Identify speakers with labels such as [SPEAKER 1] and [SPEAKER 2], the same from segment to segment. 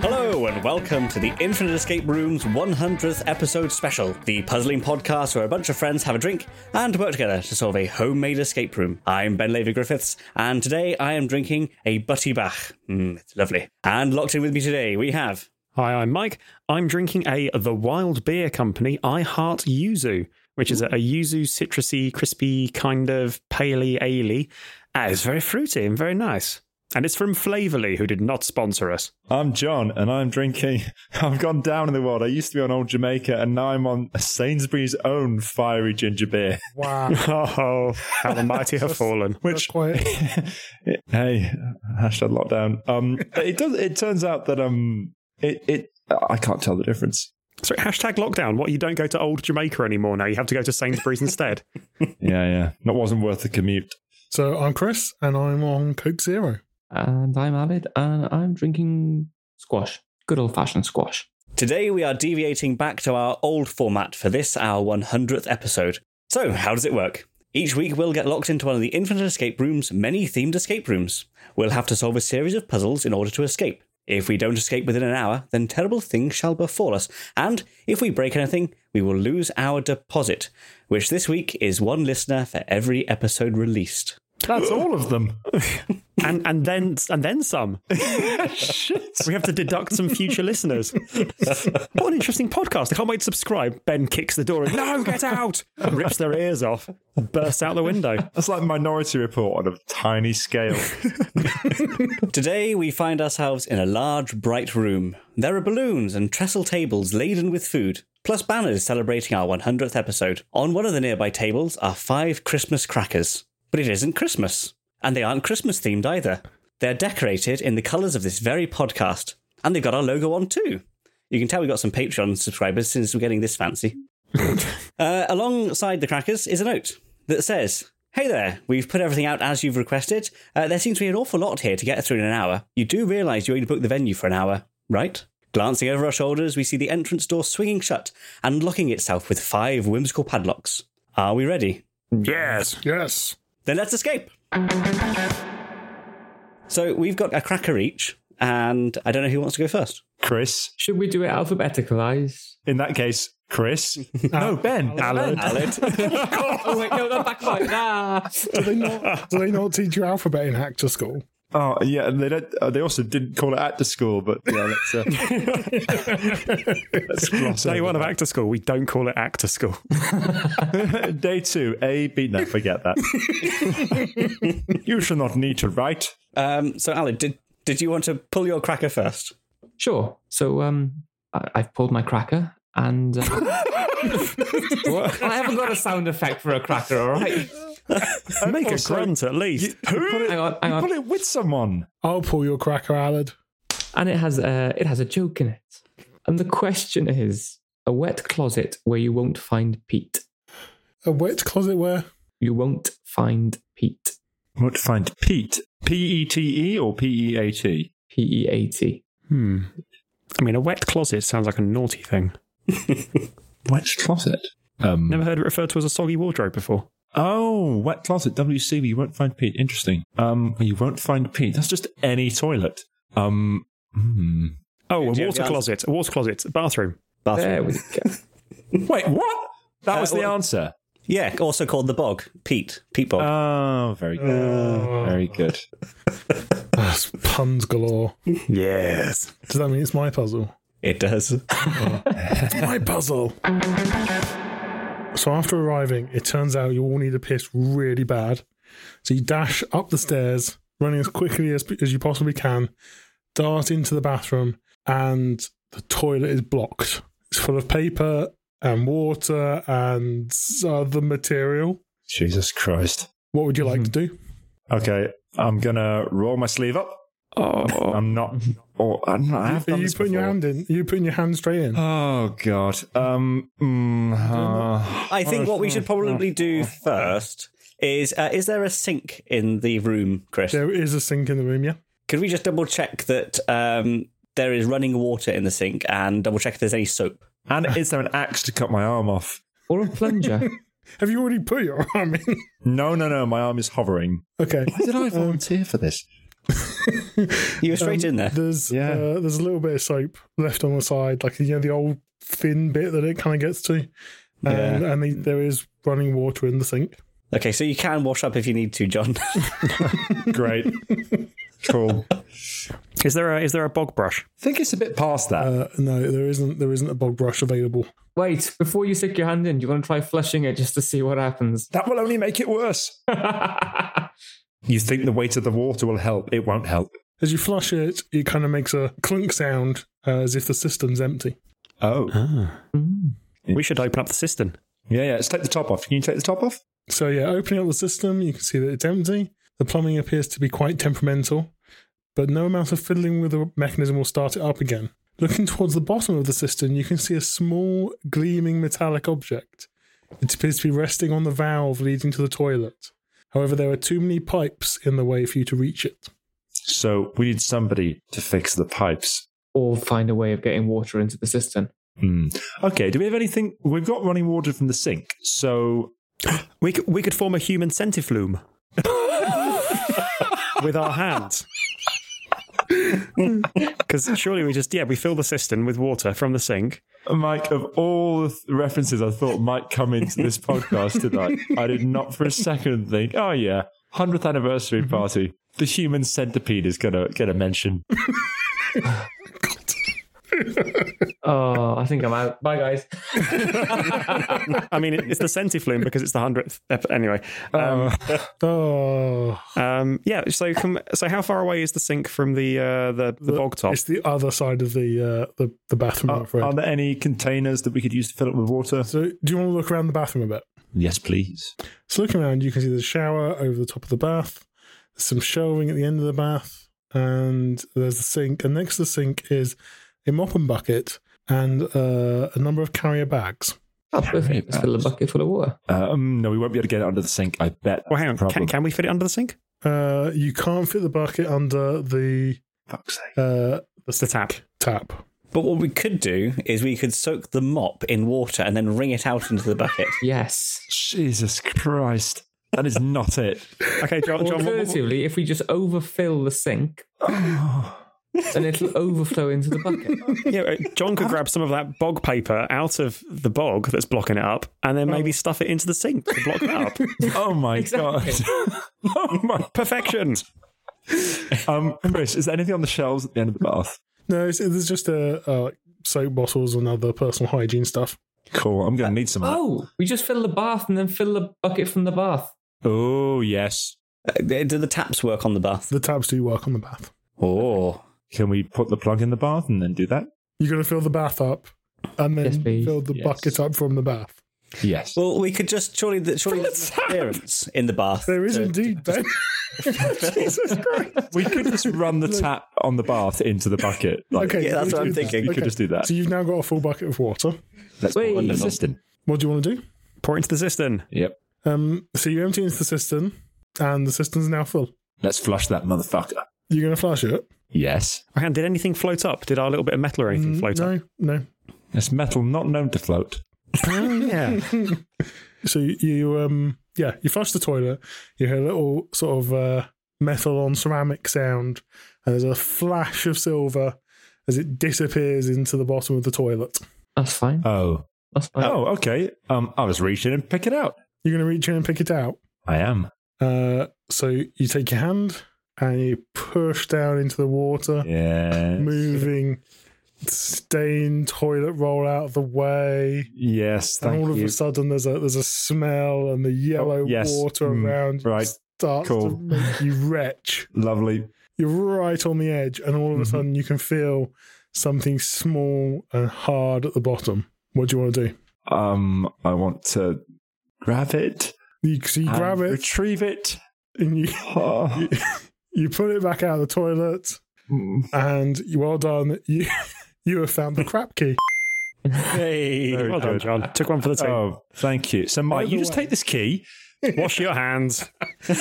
[SPEAKER 1] Hello and welcome to the Infinite Escape Room's 100th episode special, the puzzling podcast where a bunch of friends have a drink and work together to solve a homemade escape room. I'm Ben Levy Griffiths, and today I am drinking a Butty Bach. Mm, it's lovely. And locked in with me today, we have.
[SPEAKER 2] Hi, I'm Mike. I'm drinking a The Wild Beer Company I Heart Yuzu, which is a, a yuzu citrusy, crispy, kind of paley aley. Ah, it's very fruity and very nice. And it's from Flavorly, who did not sponsor us.
[SPEAKER 3] I'm John, and I'm drinking. I've gone down in the world. I used to be on Old Jamaica, and now I'm on Sainsbury's own fiery ginger beer.
[SPEAKER 4] Wow.
[SPEAKER 2] Oh, how the mighty have fallen.
[SPEAKER 3] Which,
[SPEAKER 4] Quite.
[SPEAKER 3] hey, hashtag lockdown. Um, it does. It turns out that um, it it I can't tell the difference.
[SPEAKER 2] Sorry, hashtag lockdown. What, you don't go to Old Jamaica anymore now? You have to go to Sainsbury's instead?
[SPEAKER 3] Yeah, yeah. That wasn't worth the commute.
[SPEAKER 4] So I'm Chris, and I'm on Coke Zero.
[SPEAKER 5] And I'm Alid, and I'm drinking squash. Good old fashioned squash.
[SPEAKER 1] Today we are deviating back to our old format for this, our 100th episode. So, how does it work? Each week we'll get locked into one of the Infinite Escape Room's many themed escape rooms. We'll have to solve a series of puzzles in order to escape. If we don't escape within an hour, then terrible things shall befall us, and if we break anything, we will lose our deposit, which this week is one listener for every episode released.
[SPEAKER 3] That's all of them.
[SPEAKER 2] And, and then and then some. We have to deduct some future listeners. What an interesting podcast. I can't wait to subscribe. Ben kicks the door and, no, get out! Rips their ears off, bursts out the window.
[SPEAKER 3] That's like Minority Report on a tiny scale.
[SPEAKER 1] Today, we find ourselves in a large, bright room. There are balloons and trestle tables laden with food, plus banners celebrating our 100th episode. On one of the nearby tables are five Christmas crackers. But it isn't Christmas. And they aren't Christmas themed either. They're decorated in the colours of this very podcast. And they've got our logo on too. You can tell we've got some Patreon subscribers since we're getting this fancy. Uh, alongside the crackers is a note that says, Hey there, we've put everything out as you've requested. Uh, there seems to be an awful lot here to get through in an hour. You do realise you only booked the venue for an hour, right? Glancing over our shoulders, we see the entrance door swinging shut and locking itself with five whimsical padlocks. Are we ready?
[SPEAKER 2] Yes.
[SPEAKER 4] Yes.
[SPEAKER 1] Then let's escape! So we've got a cracker each, and I don't know who wants to go first.
[SPEAKER 3] Chris.
[SPEAKER 5] Should we do it alphabeticalized?
[SPEAKER 3] In that case, Chris. no, Ben. Alan.
[SPEAKER 5] oh, wait, no, no, back back. Nah.
[SPEAKER 4] Do they not? Do they not teach you alphabet in Hacker School?
[SPEAKER 3] Oh yeah, and they don't, uh, they also didn't call it actor school, but yeah, let's, uh, let's gloss
[SPEAKER 2] Day
[SPEAKER 3] over
[SPEAKER 2] one of
[SPEAKER 3] that.
[SPEAKER 2] actor school. We don't call it actor school.
[SPEAKER 3] Day two, A B. No, forget that. you shall not need to write.
[SPEAKER 1] Um, so, Alan, did, did you want to pull your cracker first?
[SPEAKER 5] Sure. So um, I- I've pulled my cracker, and um, I haven't got a sound effect for a cracker. All right.
[SPEAKER 2] Make a
[SPEAKER 3] Uh, Also,
[SPEAKER 2] grunt at least.
[SPEAKER 3] You put it,
[SPEAKER 5] Hang on, hang
[SPEAKER 3] you
[SPEAKER 5] on.
[SPEAKER 3] put it with someone.
[SPEAKER 4] I'll pull your cracker, Allard.
[SPEAKER 5] And it has a it has a joke in it. And the question is: a wet closet where you won't find Pete.
[SPEAKER 4] A wet closet where
[SPEAKER 5] You won't find Pete.
[SPEAKER 3] What find Pete? P E T E or P E A T?
[SPEAKER 5] P E A T.
[SPEAKER 2] Hmm. I mean, a wet closet sounds like a naughty thing.
[SPEAKER 3] Wet closet. Um.
[SPEAKER 2] Never heard it referred to as a soggy wardrobe before.
[SPEAKER 3] Oh, wet closet. WC. You won't find Pete. Interesting. Um. You won't find Pete. That's just any toilet. Um. Hmm.
[SPEAKER 2] Oh,
[SPEAKER 1] Do you
[SPEAKER 2] a
[SPEAKER 1] have the answer?
[SPEAKER 2] water closet. A water closet. A bathroom.
[SPEAKER 5] There
[SPEAKER 1] Bathroom.
[SPEAKER 5] we go.
[SPEAKER 3] Wait, what? That
[SPEAKER 1] Uh,
[SPEAKER 3] was the
[SPEAKER 1] well-
[SPEAKER 3] answer.
[SPEAKER 1] Yeah, Uh, also called the bog. Pete. Pete Bog.
[SPEAKER 3] Oh, very good.
[SPEAKER 5] Uh.
[SPEAKER 3] very good.
[SPEAKER 4] That's puns galore.
[SPEAKER 2] Yes.
[SPEAKER 4] Does that mean it's my puzzle?
[SPEAKER 1] It does.
[SPEAKER 4] It's my puzzle. So after arriving, it turns out you all need a piss really bad. So you dash up the stairs, running as quickly as, as you possibly can, dart into the bathroom, and the toilet is blocked. It's full of paper and water and other material.
[SPEAKER 3] Jesus Christ.
[SPEAKER 4] What would you like
[SPEAKER 3] Mm-hmm.
[SPEAKER 4] to do?
[SPEAKER 3] Okay, I'm gonna roll my sleeve up.
[SPEAKER 2] Oh.
[SPEAKER 3] I'm not. Or I'm not. I have
[SPEAKER 4] Are
[SPEAKER 3] done
[SPEAKER 4] you
[SPEAKER 3] this
[SPEAKER 4] putting your
[SPEAKER 3] before.
[SPEAKER 4] hand in? Are you putting your hand straight in?
[SPEAKER 3] Oh God. Um. mm, uh,
[SPEAKER 1] I think what we should probably do first is uh, is there a sink in the room, Chris?
[SPEAKER 4] there is a sink in the room, yeah?
[SPEAKER 1] Could we just double check that um, there is running water in the sink and double check if there's any soap?
[SPEAKER 3] and is there an axe to cut my arm off?
[SPEAKER 5] Or a plunger.
[SPEAKER 4] Have you already put your arm in?
[SPEAKER 3] No, no, no. My arm is hovering.
[SPEAKER 4] Okay.
[SPEAKER 3] Why did I volunteer for this?
[SPEAKER 1] You were straight
[SPEAKER 4] Um,
[SPEAKER 1] in there.
[SPEAKER 4] There's
[SPEAKER 3] Yeah.
[SPEAKER 4] uh, there's a little bit of soap left on the side, like you know the old thin bit that it kind of gets to, um,
[SPEAKER 1] Yeah.
[SPEAKER 4] and the, there is running water in the sink.
[SPEAKER 1] Okay, so you can wash up if you need to, John.
[SPEAKER 3] Great. cool. I
[SPEAKER 2] Is there a is there a bog brush?
[SPEAKER 3] think it's a bit past that.
[SPEAKER 4] Uh, no, there isn't there isn't a bog brush available.
[SPEAKER 5] Wait, before you stick your hand in, do you want to try flushing it just to see what happens?
[SPEAKER 3] that will only make it worse. you think the weight of the water will help? It won't help.
[SPEAKER 4] As you flush it, it kind of makes a clunk sound uh, as if the system's empty.
[SPEAKER 3] Oh,
[SPEAKER 2] We should open up the cistern.
[SPEAKER 3] yeah, yeah. Let's take the top off. Can you take the top off?
[SPEAKER 4] So yeah, opening up the system, you can see that it's empty. The plumbing appears to be quite temperamental, but no amount of fiddling with the mechanism will start it up again. Looking towards the bottom of the cistern, you can see a small, gleaming metallic object. It appears to be resting on the valve leading to the toilet. However, there are too many pipes in the way for you to reach it.
[SPEAKER 3] So we need somebody to fix the pipes.
[SPEAKER 5] Or find a way of getting water into the cistern.
[SPEAKER 3] Hmm. Okay. Do we have anything? We've got running water from the sink. So
[SPEAKER 2] We could, we could form a human centiflume with our hands. Because surely we just yeah we fill the cistern with water from the sink.
[SPEAKER 3] Mike, of all the th- references I thought might come into this podcast tonight, I did not for a second think, oh yeah, 100th anniversary party. The human centipede is going to get a mention.
[SPEAKER 5] Oh, I think I'm out. Bye, guys.
[SPEAKER 2] I mean it, it's the centiflume because it's the hundredth. Ep- anyway, um,
[SPEAKER 4] Oh,
[SPEAKER 2] um, yeah. So com- so how far away is the sink from the uh, the, the bog top?
[SPEAKER 4] it's the other side of the uh, the, the bathroom, I'm afraid.
[SPEAKER 3] Are there any containers that we could use to fill it with water?
[SPEAKER 4] so, do you want to look around the bathroom a bit?
[SPEAKER 3] Yes, please.
[SPEAKER 4] So looking around, you can see the shower over the top of the bath, there's some shelving at the end of the bath, and there's the sink. And next to the sink is a mop and bucket and uh, a number of carrier bags.
[SPEAKER 5] Oh, perfect. Let's fill a bucket full of water.
[SPEAKER 3] Um, no, we won't be able to get it under the sink, I bet.
[SPEAKER 2] Well, hang on.
[SPEAKER 3] That's the
[SPEAKER 2] Can,
[SPEAKER 3] problem.
[SPEAKER 2] can we fit it under the sink?
[SPEAKER 4] Uh, you can't fit the bucket under the
[SPEAKER 3] Fuck's sake.
[SPEAKER 4] uh,
[SPEAKER 2] That's the tap.
[SPEAKER 4] tap.
[SPEAKER 1] but what we could do is we could soak the mop in water and then wring it out into the bucket.
[SPEAKER 5] Yes.
[SPEAKER 3] Jesus Christ. That is not it.
[SPEAKER 2] Okay, John. John what- what-
[SPEAKER 5] Alternatively, if we just overfill the sink, then it'll overflow into the bucket.
[SPEAKER 2] yeah, uh, John could grab some of that bog paper out of the bog that's blocking it up, and then maybe stuff it into the sink to block that up.
[SPEAKER 3] Oh my
[SPEAKER 5] Exactly.
[SPEAKER 3] God. oh my.
[SPEAKER 2] Perfection.
[SPEAKER 3] Um, Chris, is there anything on the shelves at the end of the bath?
[SPEAKER 4] No, it's, it's just uh, uh, soap bottles and other personal hygiene stuff.
[SPEAKER 3] Cool. I'm going to need some of that.
[SPEAKER 5] Oh, we just fill the bath and then fill the bucket from the bath.
[SPEAKER 3] Oh, yes.
[SPEAKER 1] Uh, do the taps work on the bath?
[SPEAKER 4] The tabs do work on the bath.
[SPEAKER 1] Oh.
[SPEAKER 3] Can we put the plug in the bath and then do that?
[SPEAKER 4] You're going to fill the bath up and then
[SPEAKER 5] Yes, please.
[SPEAKER 4] fill the
[SPEAKER 3] Yes.
[SPEAKER 4] bucket up from the bath.
[SPEAKER 3] Yes.
[SPEAKER 1] Well, we could just surely th- surely there's an appearance in the bath.
[SPEAKER 4] There is
[SPEAKER 1] to-
[SPEAKER 4] indeed, Ben.
[SPEAKER 3] we could just run the tap on the bath into the bucket. Like,
[SPEAKER 4] Okay,
[SPEAKER 1] Yeah, that's
[SPEAKER 4] we
[SPEAKER 1] what
[SPEAKER 4] do
[SPEAKER 1] I'm
[SPEAKER 4] that.
[SPEAKER 1] thinking.
[SPEAKER 3] We could just do that.
[SPEAKER 4] So you've now got a full bucket of water.
[SPEAKER 3] That's
[SPEAKER 5] Wait.
[SPEAKER 3] wonderful.
[SPEAKER 4] What do you want to do?
[SPEAKER 2] Pour it into the cistern.
[SPEAKER 3] Yep.
[SPEAKER 4] Um, so you empty into the cistern, and the cistern's now full.
[SPEAKER 3] Let's flush that motherfucker.
[SPEAKER 4] You're going to flush it?
[SPEAKER 3] Yes.
[SPEAKER 2] Oh, hang on, did anything float up? Did our little bit of metal or anything float up?
[SPEAKER 4] No, no.
[SPEAKER 3] It's metal not known to float.
[SPEAKER 2] Yeah.
[SPEAKER 4] So you, you, um, yeah, you flush the toilet. You hear a little sort of uh, metal on ceramic sound, and there's a flash of silver as it disappears into the bottom of the toilet.
[SPEAKER 5] That's fine.
[SPEAKER 3] Oh.
[SPEAKER 5] That's fine.
[SPEAKER 3] Oh, okay. Um, I was reaching and pick it out.
[SPEAKER 4] You're going to reach in and pick it out.
[SPEAKER 3] I am.
[SPEAKER 4] Uh, so you take your hand and you push down into the water.
[SPEAKER 3] Yeah.
[SPEAKER 4] moving stained toilet roll out of the way.
[SPEAKER 3] Yes.
[SPEAKER 4] and
[SPEAKER 3] Thank
[SPEAKER 4] all of
[SPEAKER 3] you.
[SPEAKER 4] a sudden there's a there's a smell and the yellow
[SPEAKER 3] Oh, yes.
[SPEAKER 4] water
[SPEAKER 3] Mm,
[SPEAKER 4] around you
[SPEAKER 3] right.
[SPEAKER 4] starts
[SPEAKER 3] Cool.
[SPEAKER 4] to make you retch.
[SPEAKER 3] Lovely.
[SPEAKER 4] You're right on the edge, and all of a
[SPEAKER 3] Mhm.
[SPEAKER 4] sudden you can feel something small and hard at the bottom. What do you want to do?
[SPEAKER 3] Um, I want to grab it.
[SPEAKER 4] You, so you
[SPEAKER 3] and
[SPEAKER 4] grab it
[SPEAKER 3] Retrieve it.
[SPEAKER 4] and you
[SPEAKER 3] Oh.
[SPEAKER 4] you put it back out of the toilet,
[SPEAKER 3] Mm.
[SPEAKER 4] and you, well done. You you have found the crap key.
[SPEAKER 1] Hey.
[SPEAKER 3] Very
[SPEAKER 2] well done,
[SPEAKER 3] good.
[SPEAKER 2] John. Took one for the team.
[SPEAKER 3] Oh, thank you. So, Mike,
[SPEAKER 4] Either
[SPEAKER 3] you just
[SPEAKER 4] way.
[SPEAKER 3] take this key.
[SPEAKER 2] Wash your hands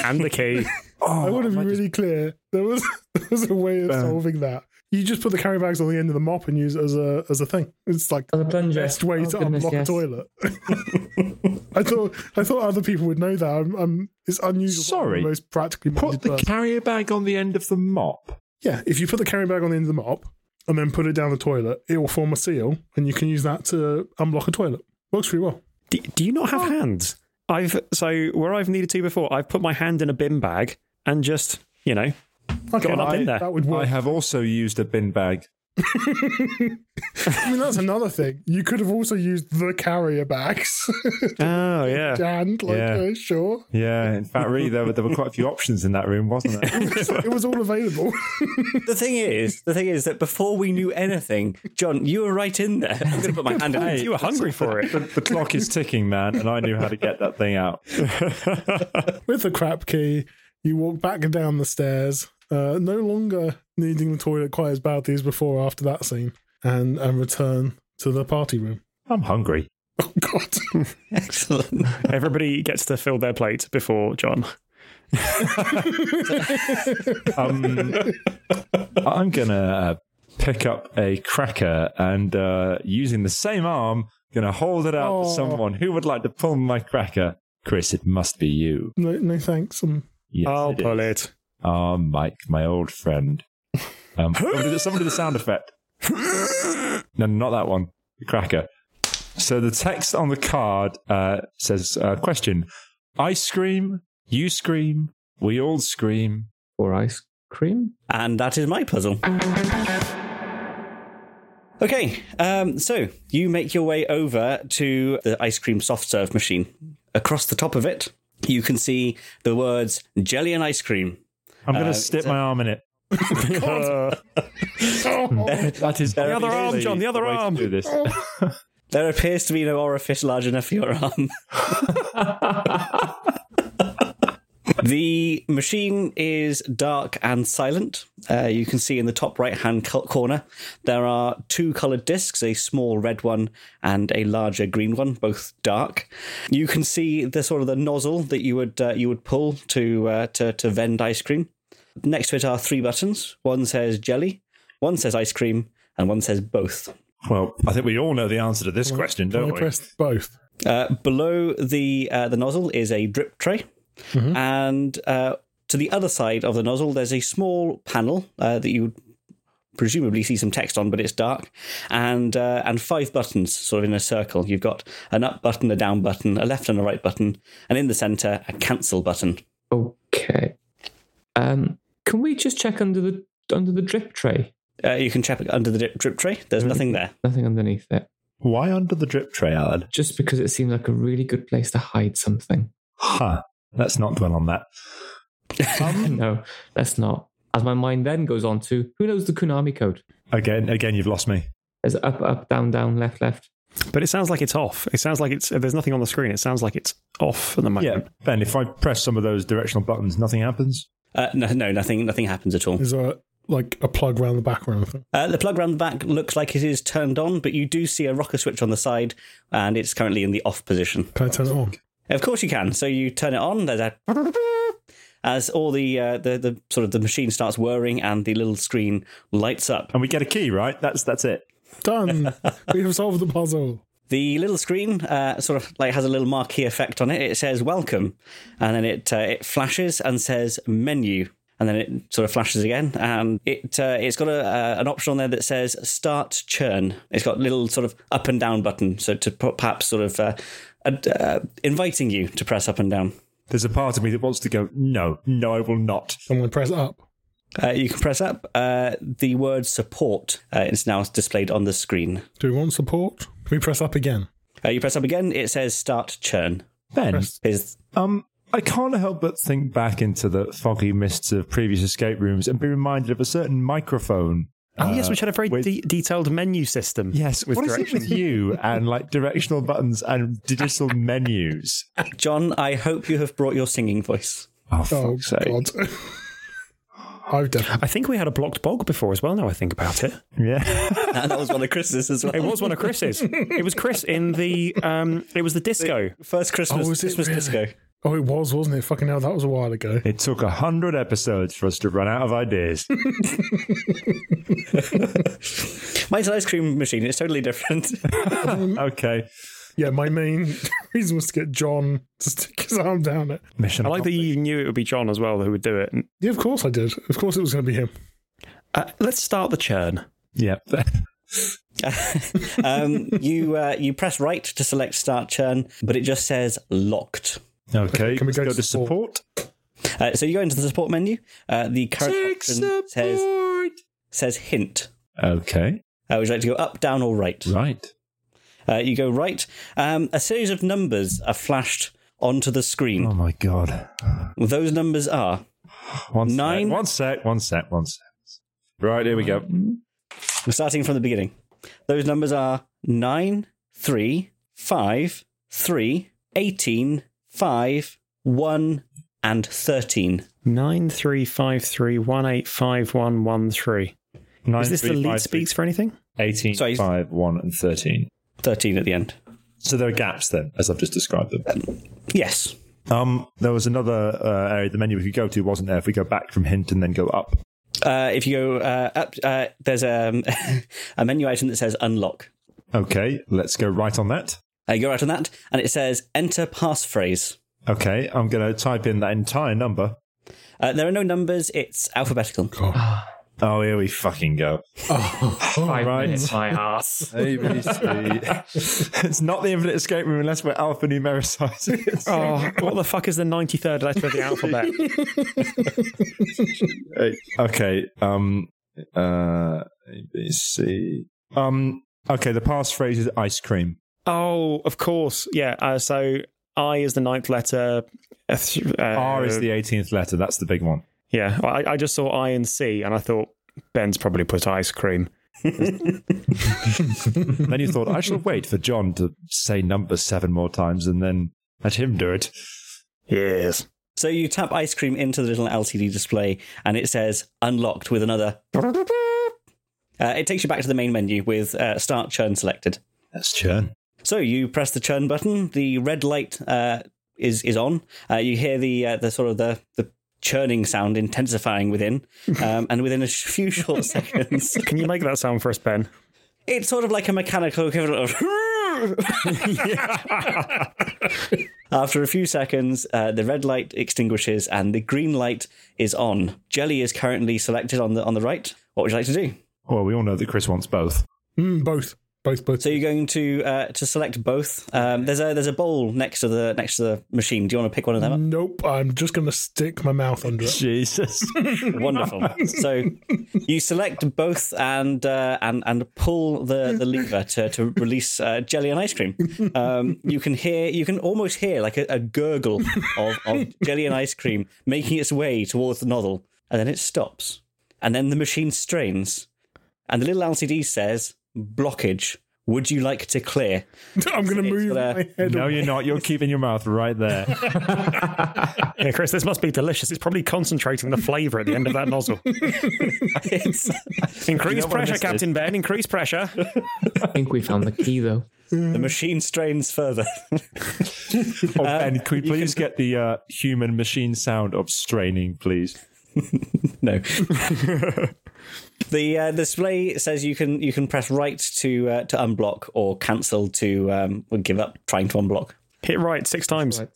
[SPEAKER 2] and the key.
[SPEAKER 3] Oh,
[SPEAKER 4] I want to be really clear. There was there was a way of
[SPEAKER 3] Ben.
[SPEAKER 4] solving that. You just put the carry bags on the end of the mop and use it as a as a thing. It's like
[SPEAKER 5] As a plunger.
[SPEAKER 4] best way
[SPEAKER 5] Oh,
[SPEAKER 4] to
[SPEAKER 5] goodness,
[SPEAKER 4] unlock
[SPEAKER 5] yes.
[SPEAKER 4] a toilet. I thought I thought other people would know that. I'm, I'm it's unusual. but I'm
[SPEAKER 3] Sorry.
[SPEAKER 4] the most practically
[SPEAKER 3] Put
[SPEAKER 4] minded
[SPEAKER 3] the
[SPEAKER 4] person.
[SPEAKER 3] carrier bag on the end of the mop.
[SPEAKER 4] yeah. If you put the carry bag on the end of the mop and then put it down the toilet, it will form a seal, and you can use that to unblock a toilet. Works pretty well.
[SPEAKER 2] Do, do you not have hands? I've so where I've needed to before, I've put my hand in a bin bag and just you know
[SPEAKER 4] Okay,
[SPEAKER 2] Got up in
[SPEAKER 4] I-
[SPEAKER 2] there.
[SPEAKER 4] That would
[SPEAKER 3] I
[SPEAKER 4] work.
[SPEAKER 3] have also used a bin bag.
[SPEAKER 4] I mean, that's another thing. You could have also used the carrier bags.
[SPEAKER 2] oh yeah
[SPEAKER 4] and like,
[SPEAKER 3] Yeah.
[SPEAKER 4] uh, sure,
[SPEAKER 3] Yeah, in fact, really, there were, there were quite a few options in that room, wasn't there?
[SPEAKER 4] it was all available.
[SPEAKER 1] The thing is, the thing is that before we knew anything, John, you were right in there. I'm going to put my hand in it.
[SPEAKER 2] you were hungry for it.
[SPEAKER 3] the, the clock is ticking, man, and I knew how to get that thing out.
[SPEAKER 4] with the crap key, you walk back down the stairs, uh, no longer needing the toilet quite as badly as before after that scene, and and return to the party room.
[SPEAKER 3] I'm hungry.
[SPEAKER 4] Oh God!
[SPEAKER 1] Excellent.
[SPEAKER 2] Everybody gets to fill their plate before John.
[SPEAKER 3] Um, I'm gonna uh, pick up a cracker and uh, using the same arm, gonna hold it out
[SPEAKER 4] Oh.
[SPEAKER 3] to someone who would like to pull my cracker. Chris, it must be you.
[SPEAKER 4] no, no thanks. Um,
[SPEAKER 3] Yes,
[SPEAKER 2] I'll
[SPEAKER 3] it
[SPEAKER 2] pull
[SPEAKER 3] is.
[SPEAKER 2] it.
[SPEAKER 3] Ah, Mike, my old friend. Um, someone, do the, someone do the sound effect. No, not that one. The cracker. So the text on the card uh, says, uh, question, I scream, you scream, we all scream.
[SPEAKER 5] Or ice cream?
[SPEAKER 1] And that is my puzzle. Okay, um, so you make your way over to the ice cream soft serve machine. Across the top of it, you can see the words jelly and ice cream.
[SPEAKER 3] I'm going to stick my arm in it. that is the
[SPEAKER 2] other arm, John, the other arm.
[SPEAKER 3] Do this.
[SPEAKER 1] There appears to be no orifice large enough for your arm. the machine is dark and silent. Uh, you can see in the top right hand co- corner there are two coloured discs a small red one and a larger green one, both dark. You can see the sort of the nozzle that you would uh, you would pull to, uh, to to vend ice cream. Next to it are three buttons. One says jelly, one says ice cream, and one says both.
[SPEAKER 3] Well, I think we all know the answer to this question,
[SPEAKER 4] I
[SPEAKER 3] don't we?
[SPEAKER 4] pressed both.
[SPEAKER 1] Uh, below the uh, the nozzle is a drip tray, and uh, to the other side of the nozzle there's a small panel uh, that you would presumably see some text on, but it's dark, and uh, and five buttons sort of in a circle. You've got an up button, a down button, a left and a right button, and in the centre a cancel button.
[SPEAKER 5] Okay. Um, can we just check under the under the drip tray?
[SPEAKER 1] Uh, you can check under the drip, drip tray. There's nothing there.
[SPEAKER 5] Nothing underneath it.
[SPEAKER 3] Why under the drip tray, Alan?
[SPEAKER 5] Just because it seemed like a really good place to hide something.
[SPEAKER 3] Huh. Let's not dwell on that. Hmm. Um,
[SPEAKER 5] No, that's not. As my mind then goes on to who knows the Konami code?
[SPEAKER 3] Again, again, you've lost me.
[SPEAKER 5] Is it up, up, down, down, left, left?
[SPEAKER 2] But it sounds like it's off. It sounds like it's there's nothing on the screen. It sounds like it's off at the
[SPEAKER 3] Yeah,
[SPEAKER 2] moment.
[SPEAKER 3] Ben, if I press some of those directional buttons, nothing happens.
[SPEAKER 1] Uh, no, no, nothing, nothing happens at all.
[SPEAKER 4] Is a like a plug round the back or anything?
[SPEAKER 1] Uh, the plug round the back looks like it is turned on, but you do see a rocker switch on the side, and it's currently in the off position.
[SPEAKER 4] Can I turn it on?
[SPEAKER 1] Of course you can. So you turn it on. There's a as all the uh, the the sort of the machine starts whirring and the little screen lights up.
[SPEAKER 3] And we get a key, right? That's that's it.
[SPEAKER 4] Done. we have solved the puzzle.
[SPEAKER 1] The little screen uh, sort of like has a little marquee effect on it. It says welcome, and then it uh, it flashes and says menu, and then it sort of flashes again, and it uh, it's got a, uh, an option on there that says start churn. It's got little sort of up and down button, so to perhaps sort of uh, ad- uh, inviting you to press up and down.
[SPEAKER 3] There's a part of me that wants to go, no, no, I will not.
[SPEAKER 4] I'm gonna press up.
[SPEAKER 1] Uh, you can press up. Uh, the word support uh, is now displayed on the screen.
[SPEAKER 4] Do we want support? Can we press up again?
[SPEAKER 1] Uh, you press up again, it says start churn.
[SPEAKER 3] Ben,
[SPEAKER 1] Is
[SPEAKER 3] um, I can't help but think back into the foggy mists of previous escape rooms and be reminded of a certain microphone.
[SPEAKER 2] Oh yes, which had a very
[SPEAKER 3] with-
[SPEAKER 2] de- detailed menu system.
[SPEAKER 3] Yes,
[SPEAKER 2] with
[SPEAKER 3] what is it
[SPEAKER 2] directions.
[SPEAKER 3] with you and like directional buttons and digital menus?
[SPEAKER 1] John, I hope you have brought your singing voice.
[SPEAKER 3] Oh,
[SPEAKER 4] Oh
[SPEAKER 3] fuck's sake.
[SPEAKER 4] God! I've definitely.
[SPEAKER 2] I think we had a blocked bog before as well. Now I think about it,
[SPEAKER 3] Yeah.
[SPEAKER 1] And that was one of Chris's as well.
[SPEAKER 2] it was one of Chris's. it was Chris in the um, it was the disco.
[SPEAKER 1] First Christmas,
[SPEAKER 4] Oh, was it
[SPEAKER 1] Christmas
[SPEAKER 4] really?
[SPEAKER 1] disco.
[SPEAKER 4] Oh, it was, wasn't it? Fucking hell, that was a while ago.
[SPEAKER 3] It took a hundred episodes for us to run out of ideas.
[SPEAKER 1] Mine's an ice cream machine. It's totally different.
[SPEAKER 3] okay.
[SPEAKER 4] Yeah, my main reason was to get John to stick his arm down it.
[SPEAKER 3] Mission.
[SPEAKER 2] I like that you knew it would be John as well who would do it.
[SPEAKER 4] Yeah, of course I did. Of course it was going to be him.
[SPEAKER 2] Uh, let's start the churn.
[SPEAKER 3] Yeah.
[SPEAKER 1] um, you uh, you press right to select start churn, but it just says locked.
[SPEAKER 3] Okay.
[SPEAKER 4] Can we
[SPEAKER 3] let's
[SPEAKER 4] go to
[SPEAKER 3] to support?
[SPEAKER 1] Uh, so you go into the support menu. Uh, the current option says says hint.
[SPEAKER 3] Okay.
[SPEAKER 1] Uh, would you like to go up, down, or right?
[SPEAKER 3] Right.
[SPEAKER 1] Uh, you go right. Um, a series of numbers are flashed onto the screen.
[SPEAKER 3] Oh my god.
[SPEAKER 1] Those numbers are
[SPEAKER 3] One
[SPEAKER 1] Nine.
[SPEAKER 3] sec. One sec. One sec. One sec. Right here we go.
[SPEAKER 1] We're starting from the beginning. Those numbers are 9, 3, 5, 3, 18, 5, 1, and 13.
[SPEAKER 2] Nine three five three one eight five one one three.
[SPEAKER 3] Nine,
[SPEAKER 2] Is this
[SPEAKER 3] three,
[SPEAKER 2] the lead
[SPEAKER 3] five,
[SPEAKER 2] speaks for anything?
[SPEAKER 3] three, 18,
[SPEAKER 1] Sorry.
[SPEAKER 3] 5, 1, and 13.
[SPEAKER 1] 13 at the end.
[SPEAKER 3] So there are gaps then, as I've just described them.
[SPEAKER 1] Yes.
[SPEAKER 3] Um, there was another uh, area the menu we could go to wasn't there. If we go back from hint and then go up,
[SPEAKER 1] Uh, if you go uh, up, uh, there's a, a menu item that says unlock.
[SPEAKER 3] okay, let's go right on that.
[SPEAKER 1] Uh, you go right on that, and it says enter passphrase.
[SPEAKER 3] Okay, I'm going to type in that entire number.
[SPEAKER 1] Uh, there are no numbers, it's alphabetical.
[SPEAKER 3] Oh, here we fucking go.
[SPEAKER 4] Oh.
[SPEAKER 5] Five
[SPEAKER 3] right.
[SPEAKER 5] minutes, my ass.
[SPEAKER 3] it's not the infinite escape room unless we're alphanumericizing.
[SPEAKER 2] Oh, what the fuck is the 93rd letter of the alphabet?
[SPEAKER 3] it. okay, um, uh, A, B, C. Um, okay, the passphrase is ice cream.
[SPEAKER 2] Oh, of course. Yeah. Uh, so I is the ninth letter. Uh, th- uh,
[SPEAKER 3] R is the 18th letter. That's the big one.
[SPEAKER 2] Yeah. I, I just saw I and C and I thought Ben's probably put ice cream.
[SPEAKER 3] then you thought, I shall wait for John to say number seven more times and then let him do it.
[SPEAKER 2] Yes.
[SPEAKER 1] So you tap ice cream into the little LCD display, and it says unlocked with another. Uh, it takes you back to the main menu with uh, start churn selected.
[SPEAKER 3] That's churn.
[SPEAKER 1] So you press the churn button. The red light uh, is is on. Uh, you hear the uh, the sort of the the churning sound intensifying within, um, and within a sh- few short seconds,
[SPEAKER 2] Can you make that sound for us, Ben?
[SPEAKER 1] it's sort of like a mechanical equivalent of. After a few seconds, uh, the red light extinguishes and the green light is on. Jelly is currently selected on the on the right. What would you like to do?
[SPEAKER 3] Well, we all know that Chris wants both.
[SPEAKER 4] Mm, both. Both, both.
[SPEAKER 1] So you're going to uh, to select both. Um, there's a there's a bowl next to the next to the machine. Do you want to pick one of them up?
[SPEAKER 4] nope, I'm just going to stick my mouth under it.
[SPEAKER 3] Jesus.
[SPEAKER 1] Wonderful. So you select both and uh, and and pull the, the lever to, to release uh, jelly and ice cream. Um, you can hear you can almost hear like a, a gurgle of, of jelly and ice cream making its way towards the nozzle, and then it stops, and then the machine strains, and the little LCD says blockage. Would you like to clear?
[SPEAKER 4] I'm going to move
[SPEAKER 1] uh,
[SPEAKER 4] my head.
[SPEAKER 3] no,
[SPEAKER 4] away.
[SPEAKER 3] you're not. You're keeping your mouth right there.
[SPEAKER 2] Yeah, Chris, this must be delicious. It's probably concentrating the flavour at the end of that nozzle.
[SPEAKER 1] It's-
[SPEAKER 2] Increase
[SPEAKER 3] what I
[SPEAKER 2] pressure,
[SPEAKER 3] missed is-
[SPEAKER 2] Captain Ben. Increase pressure.
[SPEAKER 5] I think we found the key though.
[SPEAKER 1] the machine strains further.
[SPEAKER 3] Oh, and could we please get the uh, human machine sound of straining, please?
[SPEAKER 1] No. the uh, display says you can you can press right to uh, to unblock or cancel to um, or give up trying to unblock.
[SPEAKER 2] Hit right six times.
[SPEAKER 5] Right.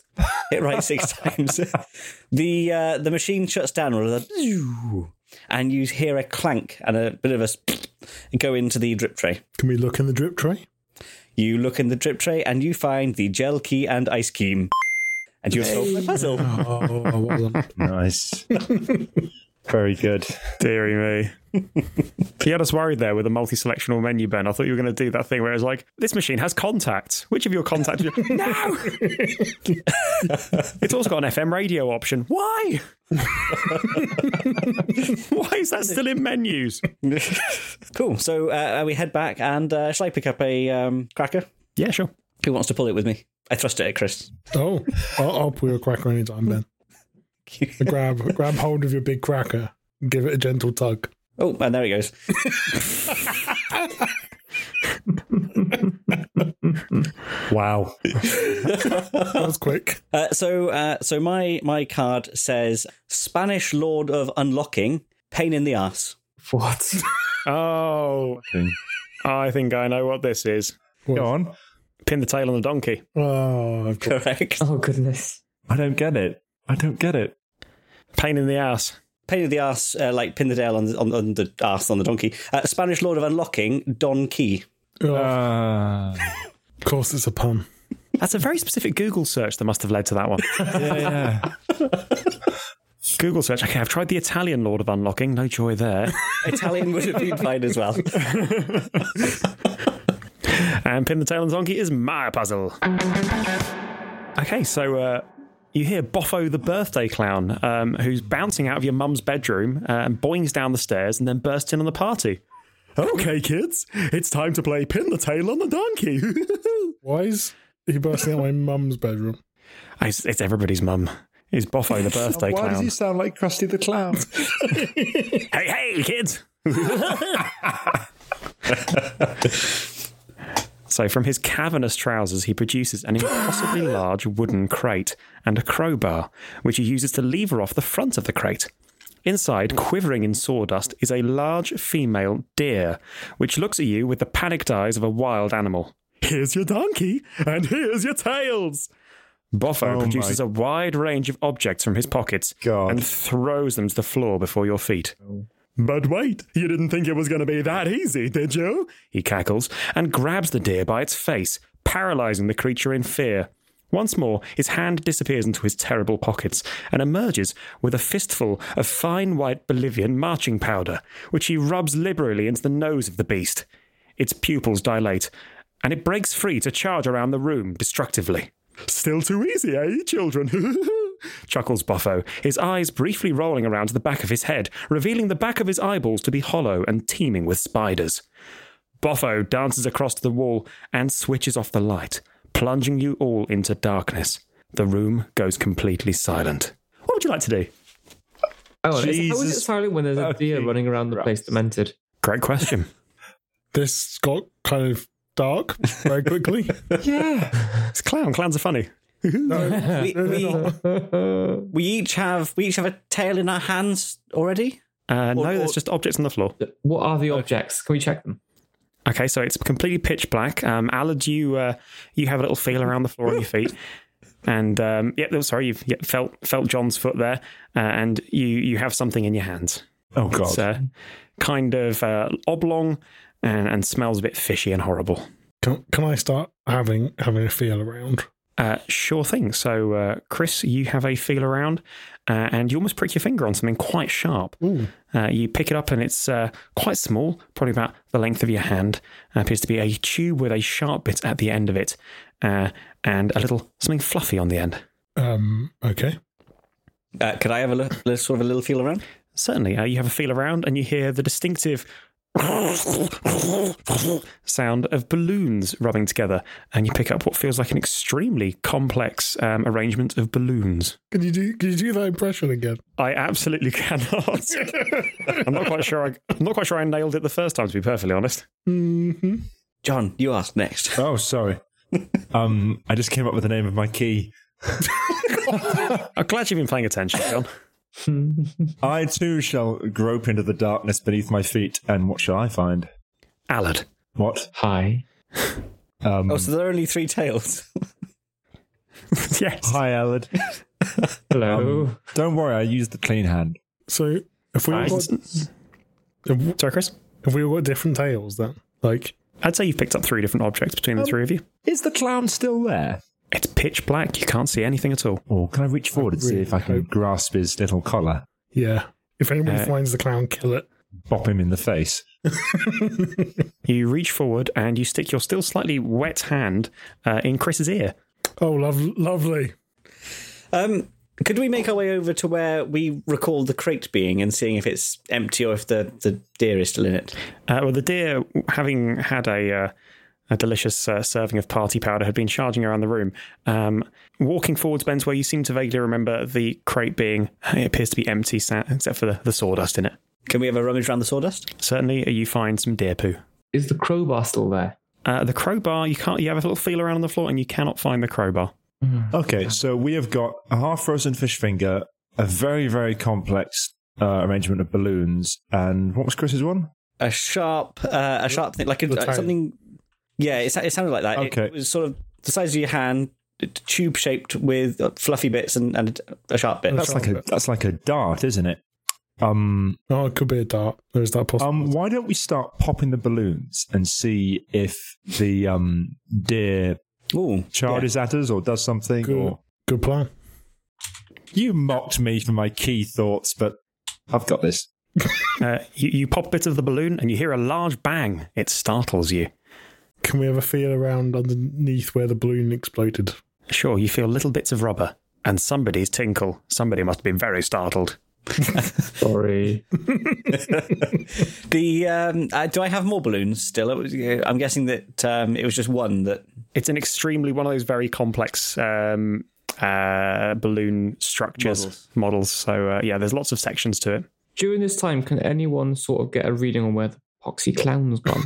[SPEAKER 1] Hit right six times. the uh, the machine shuts down with a and you hear a clank and a bit of a go into the drip tray.
[SPEAKER 4] Can we look in the drip tray?
[SPEAKER 1] You look in the drip tray and you find the gel key and ice cream. And you solve the puzzle.
[SPEAKER 4] Oh, I wasn't.
[SPEAKER 3] Nice. Very good.
[SPEAKER 2] Deary me. you had us worried there with the multi-selectional menu, Ben. I thought you were going to do that thing where it was like, this machine has contacts. Which of your contacts? no! it's also got an FM radio option. Why? Why is that still in menus?
[SPEAKER 1] cool. So uh, we head back and uh, shall I pick up a um, cracker?
[SPEAKER 2] Yeah, sure.
[SPEAKER 1] Who wants to pull it with me? I thrust it at Chris.
[SPEAKER 4] Oh, I'll, I'll pull your cracker anytime, Ben. I grab, grab hold of your big cracker, give it a gentle tug.
[SPEAKER 1] Oh, and there he goes.
[SPEAKER 2] Wow.
[SPEAKER 4] That was quick.
[SPEAKER 1] Uh, so, uh, so my my card says Spanish Lord of Unlocking, pain in the ass.
[SPEAKER 5] What?
[SPEAKER 2] Oh, I think I know what this is.
[SPEAKER 3] Go on.
[SPEAKER 2] Pin the tail on the donkey.
[SPEAKER 4] Oh, I've got-
[SPEAKER 1] Correct.
[SPEAKER 5] Oh goodness.
[SPEAKER 3] I don't get it. I don't get it.
[SPEAKER 2] Pain in the ass.
[SPEAKER 1] Pain in the ass, uh, like pin the tail on the, on, on the ass on the donkey. Uh, Spanish Lord of Unlocking, Don Key.
[SPEAKER 4] oh,
[SPEAKER 3] Uh,
[SPEAKER 4] of course, it's a pun.
[SPEAKER 2] That's a very specific Google search that must have led to that one.
[SPEAKER 3] yeah, yeah.
[SPEAKER 2] Google search. Okay, I've tried the Italian Lord of Unlocking. No joy there.
[SPEAKER 1] Italian would have been fine as well.
[SPEAKER 2] And Pin the Tail on the Donkey is my puzzle. Okay, so uh, you hear Boffo the birthday clown, um, who's bouncing out of your mum's bedroom uh, and boings down the stairs and then bursts in on the party. Okay, kids, it's time to play Pin the Tail on the Donkey.
[SPEAKER 4] Why is he bursting out my mum's bedroom?
[SPEAKER 2] it's, it's everybody's mum. Is Boffo the birthday
[SPEAKER 3] Why does
[SPEAKER 2] clown?
[SPEAKER 3] he sound like Krusty the Clown?
[SPEAKER 2] Hey, hey, kids! so, from his cavernous trousers, he produces an impossibly large wooden crate and a crowbar, which he uses to lever off the front of the crate. Inside, quivering in sawdust, is a large female deer, which looks at you with the panicked eyes of a wild animal. Here's your donkey, and here's your tails! Boffo produces a wide range of objects from his pockets
[SPEAKER 3] God.
[SPEAKER 2] and throws them to the floor before your feet. But wait, you didn't think it was going to be that easy, did you? He cackles and grabs the deer by its face, paralyzing the creature in fear. Once more, his hand disappears into his terrible pockets and emerges with a fistful of fine white Bolivian marching powder, which he rubs liberally into the nose of the beast. Its pupils dilate, and it breaks free to charge around the room destructively. Still too easy, eh, children? chuckles Buffo, his eyes briefly rolling around the back of his head, revealing the back of his eyeballs to be hollow and teeming with spiders. Buffo dances across to the wall and switches off the light, plunging you all into darkness. The room goes completely silent. What would you like to do?
[SPEAKER 5] Oh, is- how is it
[SPEAKER 3] Jesus
[SPEAKER 5] silent when there's a deer
[SPEAKER 3] fucking
[SPEAKER 5] running around the place demented?
[SPEAKER 2] Great question.
[SPEAKER 4] This got kind of dark very quickly.
[SPEAKER 2] it's clown. Clowns are funny.
[SPEAKER 1] We, we, we each have we each have a tail in our hands already.
[SPEAKER 2] Uh, no,
[SPEAKER 1] or-
[SPEAKER 2] there's just objects on the floor.
[SPEAKER 5] What are the objects? Can we check them?
[SPEAKER 2] Okay, so it's completely pitch black. Um, Alad, you uh, you have a little feel around the floor on your feet, and um, yeah, oh, sorry, you've yeah, felt felt John's foot there, uh, and you you have something in your hands.
[SPEAKER 3] oh, God.
[SPEAKER 2] It's uh, kind of uh, oblong and, and smells a bit fishy and horrible.
[SPEAKER 4] Can, can I start having having a feel around?
[SPEAKER 2] Uh, sure thing. So, uh, Chris, you have a feel around, uh, and you almost prick your finger on something quite sharp. Uh, you pick it up, and it's uh, quite small, probably about the length of your hand. Uh, appears to be a tube with a sharp bit at the end of it, uh, and a little something fluffy on the end.
[SPEAKER 4] Um. Okay.
[SPEAKER 1] Uh, could I have a li- li- sort of a little feel around?
[SPEAKER 2] Certainly, uh, you have a feel around, and you hear the distinctive. sound of balloons rubbing together, and you pick up what feels like an extremely complex um, arrangement of balloons.
[SPEAKER 4] Can you do? Can you do that impression again?
[SPEAKER 2] I absolutely cannot. I'm not quite sure. I, I'm not quite sure I nailed it the first time. To be perfectly honest,
[SPEAKER 4] Mm-hmm.
[SPEAKER 1] John, you asked next.
[SPEAKER 3] Oh, sorry. Um, I just came up with the name of my key.
[SPEAKER 2] I'm glad you've been paying attention, John.
[SPEAKER 3] I too shall grope into the darkness beneath my feet, and what shall I find?
[SPEAKER 2] Allard,
[SPEAKER 3] What?
[SPEAKER 5] Hi.
[SPEAKER 3] Um,
[SPEAKER 1] Oh, so there are only three tails.
[SPEAKER 2] yes,
[SPEAKER 3] hi, Alad.
[SPEAKER 5] Hello.
[SPEAKER 3] Don't worry, I used the clean hand.
[SPEAKER 4] So if we all got, if,
[SPEAKER 2] sorry, Chris.
[SPEAKER 4] if we all got different tails, then like
[SPEAKER 2] I'd say you've picked up three different objects between the three of you.
[SPEAKER 3] Is the clown still there?
[SPEAKER 2] It's pitch black. You can't see anything at all.
[SPEAKER 3] Or can I reach forward and see if I can grasp his little collar,
[SPEAKER 4] yeah. If anyone
[SPEAKER 2] Uh,
[SPEAKER 4] finds the clown, kill it.
[SPEAKER 3] bop him in the face?
[SPEAKER 2] You reach forward and you stick your still slightly wet hand uh, in Chris's ear.
[SPEAKER 4] Oh, lov lovely.
[SPEAKER 1] Um, could we make our way over to where we recall the crate being and seeing if it's empty or if the, the deer is still in it?
[SPEAKER 2] Uh, well, the deer, having had a, uh, a delicious uh, serving of party powder, had been charging around the room. Um, walking forwards, bends where you seem to vaguely remember the crate being, it appears to be empty, sa- except for the, the sawdust in it.
[SPEAKER 1] Can we have a rummage around the sawdust?
[SPEAKER 2] Certainly, you find some deer poo.
[SPEAKER 5] Is the crowbar still there?
[SPEAKER 2] Uh, the crowbar, you can't. You have a little feel around on the floor, and you cannot find the crowbar.
[SPEAKER 3] Okay, so we have got a half frozen fish finger, a very, very complex uh, arrangement of balloons, and what was Chris's one?
[SPEAKER 1] a sharp uh, a sharp thing like a,
[SPEAKER 4] The
[SPEAKER 1] uh,
[SPEAKER 4] tiny.
[SPEAKER 1] something yeah it, sa- it sounded like that It-
[SPEAKER 3] Okay.
[SPEAKER 1] it, was sort of the size of your hand tube shaped with uh, fluffy bits and, and a sharp bit
[SPEAKER 3] That's like a that's like a dart, isn't it? Um,
[SPEAKER 4] Oh, it could be a dart. There's that possible.
[SPEAKER 3] um, why don't we start popping the balloons and see if the um dear
[SPEAKER 1] Ooh,
[SPEAKER 3] child is at us or does something?
[SPEAKER 4] Good.
[SPEAKER 3] Or
[SPEAKER 4] Good plan.
[SPEAKER 3] you mocked me for my key thoughts, but I've got this.
[SPEAKER 2] Uh, you, you pop a bit of the balloon, and you hear a large bang. It startles you.
[SPEAKER 4] Can we have a feel around underneath where the balloon exploded?
[SPEAKER 2] Sure, you feel little bits of rubber, and somebody's tinkle. Somebody must have been very startled.
[SPEAKER 5] Sorry.
[SPEAKER 1] the um uh, do i have more balloons still it was, yeah, i'm guessing that um it was just one that
[SPEAKER 2] It's an extremely one of those very complex um, uh, balloon structures
[SPEAKER 1] Models.
[SPEAKER 2] models. So uh, yeah, there's lots of sections to it.
[SPEAKER 5] During this time, can anyone sort of get a reading on where the poxy clown's gone?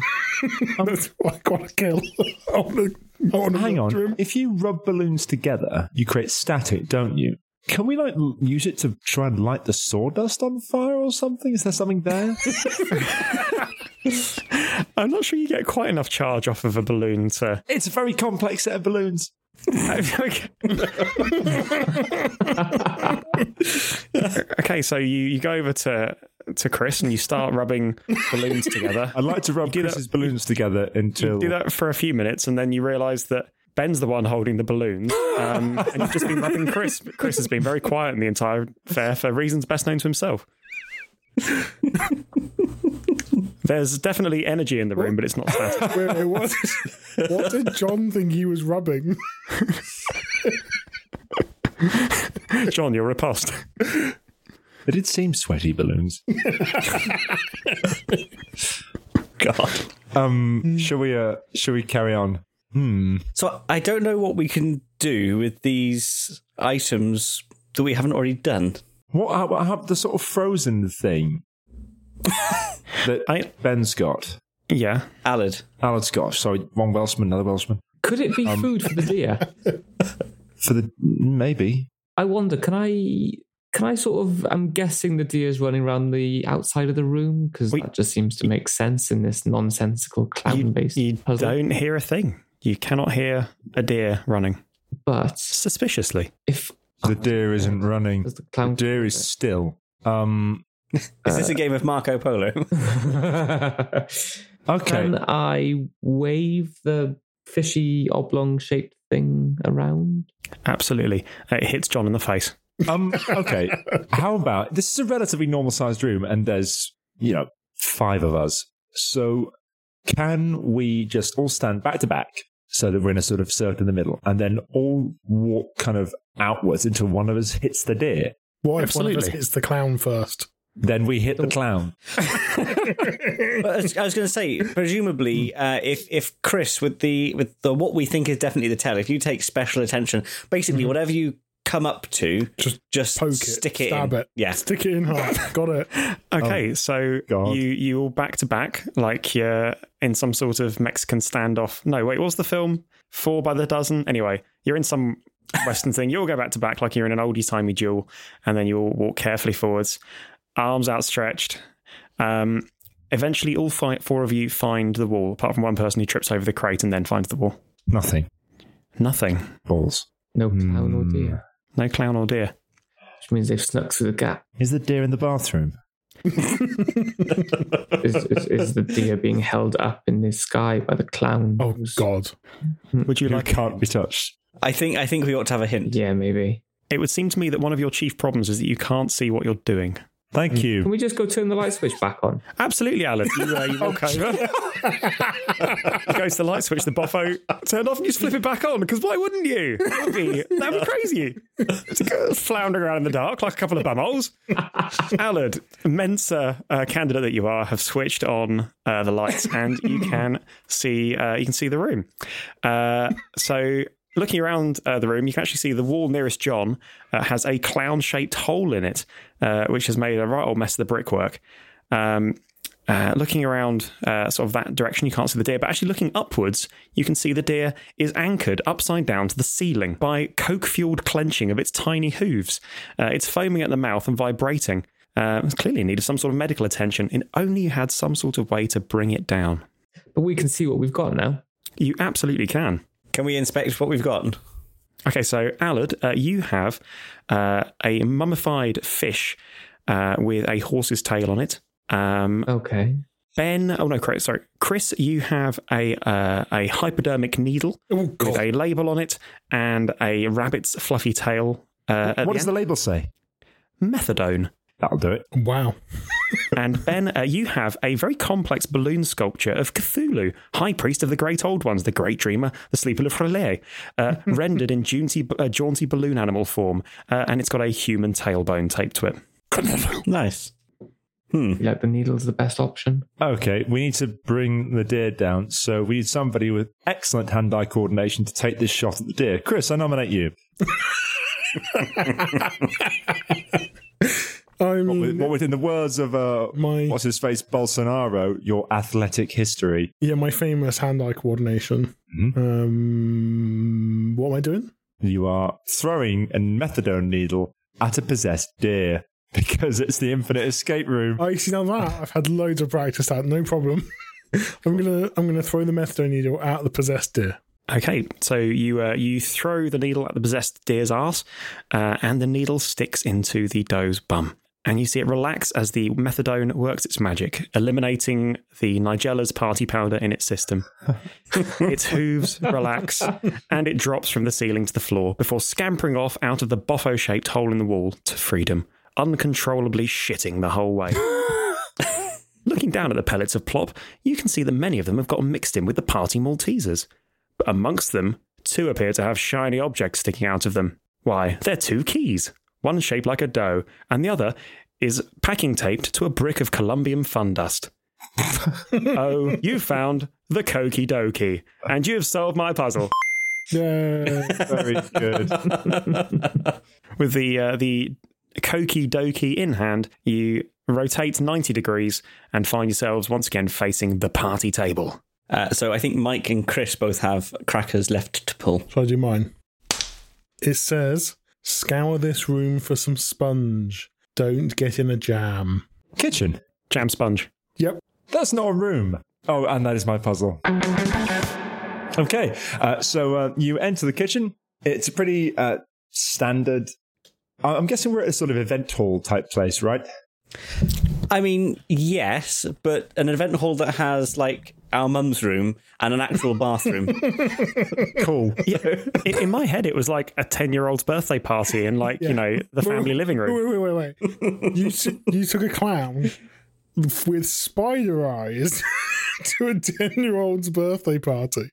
[SPEAKER 4] That's what I want to kill. I want to. I want to
[SPEAKER 3] Hang
[SPEAKER 4] look through
[SPEAKER 3] on.
[SPEAKER 4] him.
[SPEAKER 3] If you rub balloons together, you create static, don't you? Can we like l- use it to try and light the sawdust on fire or something? Is there something there?
[SPEAKER 2] I'm not sure you get quite enough charge off of a balloon to.
[SPEAKER 3] it's a very complex set of balloons.
[SPEAKER 2] okay, Okay, so you, you go over to to Chris and you start rubbing balloons together.
[SPEAKER 3] I'd like to rub
[SPEAKER 2] do that-
[SPEAKER 3] Chris's balloons together until
[SPEAKER 2] do that for a few minutes, and then you realise that Ben's the one holding the balloons, um, and you've just been rubbing Chris. But Chris has been very quiet in the entire affair for reasons best known to himself. There's definitely energy in the room, but it's not static.
[SPEAKER 4] Wait, wait, what? what did John think he was rubbing?
[SPEAKER 2] John, you're repulsed.
[SPEAKER 3] They did seem sweaty balloons.
[SPEAKER 1] god
[SPEAKER 4] Mm.
[SPEAKER 3] Um, shall we? Uh, shall we carry on? Hmm.
[SPEAKER 1] so i don't know what we can do with these items that we haven't already done
[SPEAKER 3] What? How, what how, the sort of frozen thing that
[SPEAKER 2] I-
[SPEAKER 3] Ben's got.
[SPEAKER 2] Yeah.
[SPEAKER 1] allard
[SPEAKER 3] Alan's got. Sorry, one Welshman, another Welshman.
[SPEAKER 5] Could it be food for the deer?
[SPEAKER 3] For the maybe.
[SPEAKER 5] I wonder, can I can I sort of I'm guessing the deer's running around the outside of the room because
[SPEAKER 2] Wait.
[SPEAKER 5] that just seems to make sense in this nonsensical clown
[SPEAKER 2] You,
[SPEAKER 5] based
[SPEAKER 2] you
[SPEAKER 5] puzzle.
[SPEAKER 2] don't hear a thing. You cannot hear a deer running.
[SPEAKER 5] But
[SPEAKER 2] Suspiciously.
[SPEAKER 5] if
[SPEAKER 3] The deer isn't running.
[SPEAKER 5] does the clown
[SPEAKER 3] Deer is still. Um.
[SPEAKER 1] is this a game of marco polo
[SPEAKER 3] Okay.
[SPEAKER 5] Can I wave the fishy oblong shaped thing around?
[SPEAKER 2] Absolutely. It hits John in the face.
[SPEAKER 3] um. Okay. How about this is a relatively normal sized room, and there's you know five of us. So can we just all stand back to back so that we're in a sort of circle in the middle, and then all walk kind of outwards until one of us hits the deer?
[SPEAKER 4] What if one of us
[SPEAKER 2] Absolutely.
[SPEAKER 4] hits the clown first?
[SPEAKER 3] Then we hit the clown.
[SPEAKER 1] But I was- I was going to say, presumably, uh, if if Chris with the with the what we think is definitely the tell, if you take special attention, basically whatever you come up to,
[SPEAKER 4] Mhm. Just
[SPEAKER 1] just
[SPEAKER 4] Poke it,
[SPEAKER 1] stick it,
[SPEAKER 4] stab
[SPEAKER 1] in.
[SPEAKER 4] it,
[SPEAKER 1] Yeah,
[SPEAKER 4] stick it in hard. Got it. Oh,
[SPEAKER 2] Okay, so
[SPEAKER 3] God.
[SPEAKER 2] you you all back to back like you're in some sort of Mexican standoff. No, wait, what was the film? Four by the dozen. Anyway, you're in some Western thing. You all go back to back like you're in an oldie timey duel, and then you all walk carefully forwards, arms outstretched. Um, eventually, all fi- four of you find the wall, apart from one person who trips over the crate and then finds the wall.
[SPEAKER 3] Nothing.
[SPEAKER 2] Nothing.
[SPEAKER 3] Balls.
[SPEAKER 5] No clown or deer,
[SPEAKER 2] No clown or deer.
[SPEAKER 5] which means they've snuck through the gap.
[SPEAKER 3] Is the deer in the bathroom?
[SPEAKER 5] Is, is, is the deer being held up in the sky by the clown?
[SPEAKER 4] Oh
[SPEAKER 5] who's-
[SPEAKER 4] God.
[SPEAKER 2] Would you
[SPEAKER 3] Who
[SPEAKER 2] like?
[SPEAKER 3] can't be touched.
[SPEAKER 1] I think I think we ought to have a hint.
[SPEAKER 5] Yeah, maybe.
[SPEAKER 2] It would seem to me that one of your chief problems is that you can't see what you're doing.
[SPEAKER 3] Thank you.
[SPEAKER 5] Can we just go turn the light switch back on?
[SPEAKER 2] Absolutely, Alan. You, uh, you walk over. you go to the light switch, the boffo turned off, and you just flip it back on. Because why wouldn't you? That would be, that would be crazy. It's go- floundering around in the dark like a couple of bumholes. Alan, Mensa uh, candidate that you are, have switched on uh, the lights, and you can see uh, you can see the room. Uh, so. Looking around uh, the room, you can actually see the wall nearest John uh, has a clown shaped hole in it, uh, which has made a right old mess of the brickwork. Um, Uh, looking around uh, sort of that direction, you can't see the deer, but actually looking upwards, you can see the deer is anchored upside down to the ceiling by coke fueled clenching of its tiny hooves. Uh, it's foaming at the mouth and vibrating. Uh, it's clearly in need of some sort of medical attention, and only you had some sort of way to bring it down.
[SPEAKER 5] But we can see what we've got now.
[SPEAKER 2] You absolutely can.
[SPEAKER 1] Can we inspect what we've got?
[SPEAKER 2] Okay, so Allard, uh, you have uh, a mummified fish uh, with a horse's tail on it. Um,
[SPEAKER 5] Okay.
[SPEAKER 2] ben, oh no, Chris, sorry, Chris, you have a uh, a hypodermic needle
[SPEAKER 4] Oh,
[SPEAKER 2] with
[SPEAKER 4] God.
[SPEAKER 2] a label on it and a rabbit's fluffy tail. Uh, at
[SPEAKER 3] what does the label say?
[SPEAKER 2] end. methadone?
[SPEAKER 3] That'll do it.
[SPEAKER 4] Wow.
[SPEAKER 2] and Ben, uh, you have a very complex balloon sculpture of Cthulhu, High Priest of the Great Old Ones, the Great Dreamer, the Sleeper of Frele, uh, rendered in jaunty, uh, jaunty balloon animal form, uh, and it's got a human tailbone taped to it.
[SPEAKER 1] Nice.
[SPEAKER 5] Yeah, the needle's the best option.
[SPEAKER 3] Okay, we need to bring the deer down. So we need somebody with excellent hand-eye coordination to take this shot at the deer. Chris, I nominate you.
[SPEAKER 4] I mean,
[SPEAKER 3] What within the words of uh,
[SPEAKER 4] My-
[SPEAKER 3] what's his face Bolsonaro, your athletic history.
[SPEAKER 4] yeah, my famous hand-eye coordination.
[SPEAKER 1] Mm-hmm.
[SPEAKER 4] Um, what am I doing?
[SPEAKER 3] You are throwing a methadone needle at a possessed deer because it's the infinite escape room.
[SPEAKER 4] I Oh, see now that I've had loads of practice at no problem. I'm gonna I'm gonna throw the methadone needle at the possessed deer.
[SPEAKER 2] Okay, so you uh, you throw the needle at the possessed deer's ass, uh, and the needle sticks into the doe's bum. And you see it relax as the methadone works its magic, eliminating the Nigella's party powder in its system. its hooves relax, and it drops from the ceiling to the floor before scampering off out of the boffo shaped hole in the wall to freedom, uncontrollably shitting the whole way. Looking down at the pellets of plop, you can see that many of them have got mixed in with the party Maltesers. But amongst them, two appear to have shiny objects sticking out of them. Why, they're two keys, one shaped like a dough, and the other is packing taped to a brick of Colombian fun dust. oh, you found the Koki Doki, and you have solved my puzzle.
[SPEAKER 4] Yeah.
[SPEAKER 3] Very good.
[SPEAKER 2] With the uh, the Koki Doki in hand, you rotate 90 degrees and find yourselves once again facing the party table.
[SPEAKER 1] Uh, so I think Mike and Chris both have crackers left to pull.
[SPEAKER 4] Shall I do mine? It says, scour this room for some sponge. Don't get in a jam.
[SPEAKER 3] Kitchen.
[SPEAKER 2] Jam sponge.
[SPEAKER 4] Yep.
[SPEAKER 3] That's not a room. Oh, and that is my puzzle. Okay, uh, so uh, you enter the kitchen. It's a pretty uh, standard. I- I'm guessing we're at a sort of event hall type place, right?
[SPEAKER 1] I mean, yes, but an event hall that has like our mum's room and an actual bathroom.
[SPEAKER 3] Cool.
[SPEAKER 2] Yeah, in, in my head, it was like a 10 year old's birthday party in, like, you know, the family living room.
[SPEAKER 4] Wait, wait, wait, wait. you, t- you took a clown with spider eyes to a 10 year old's birthday party.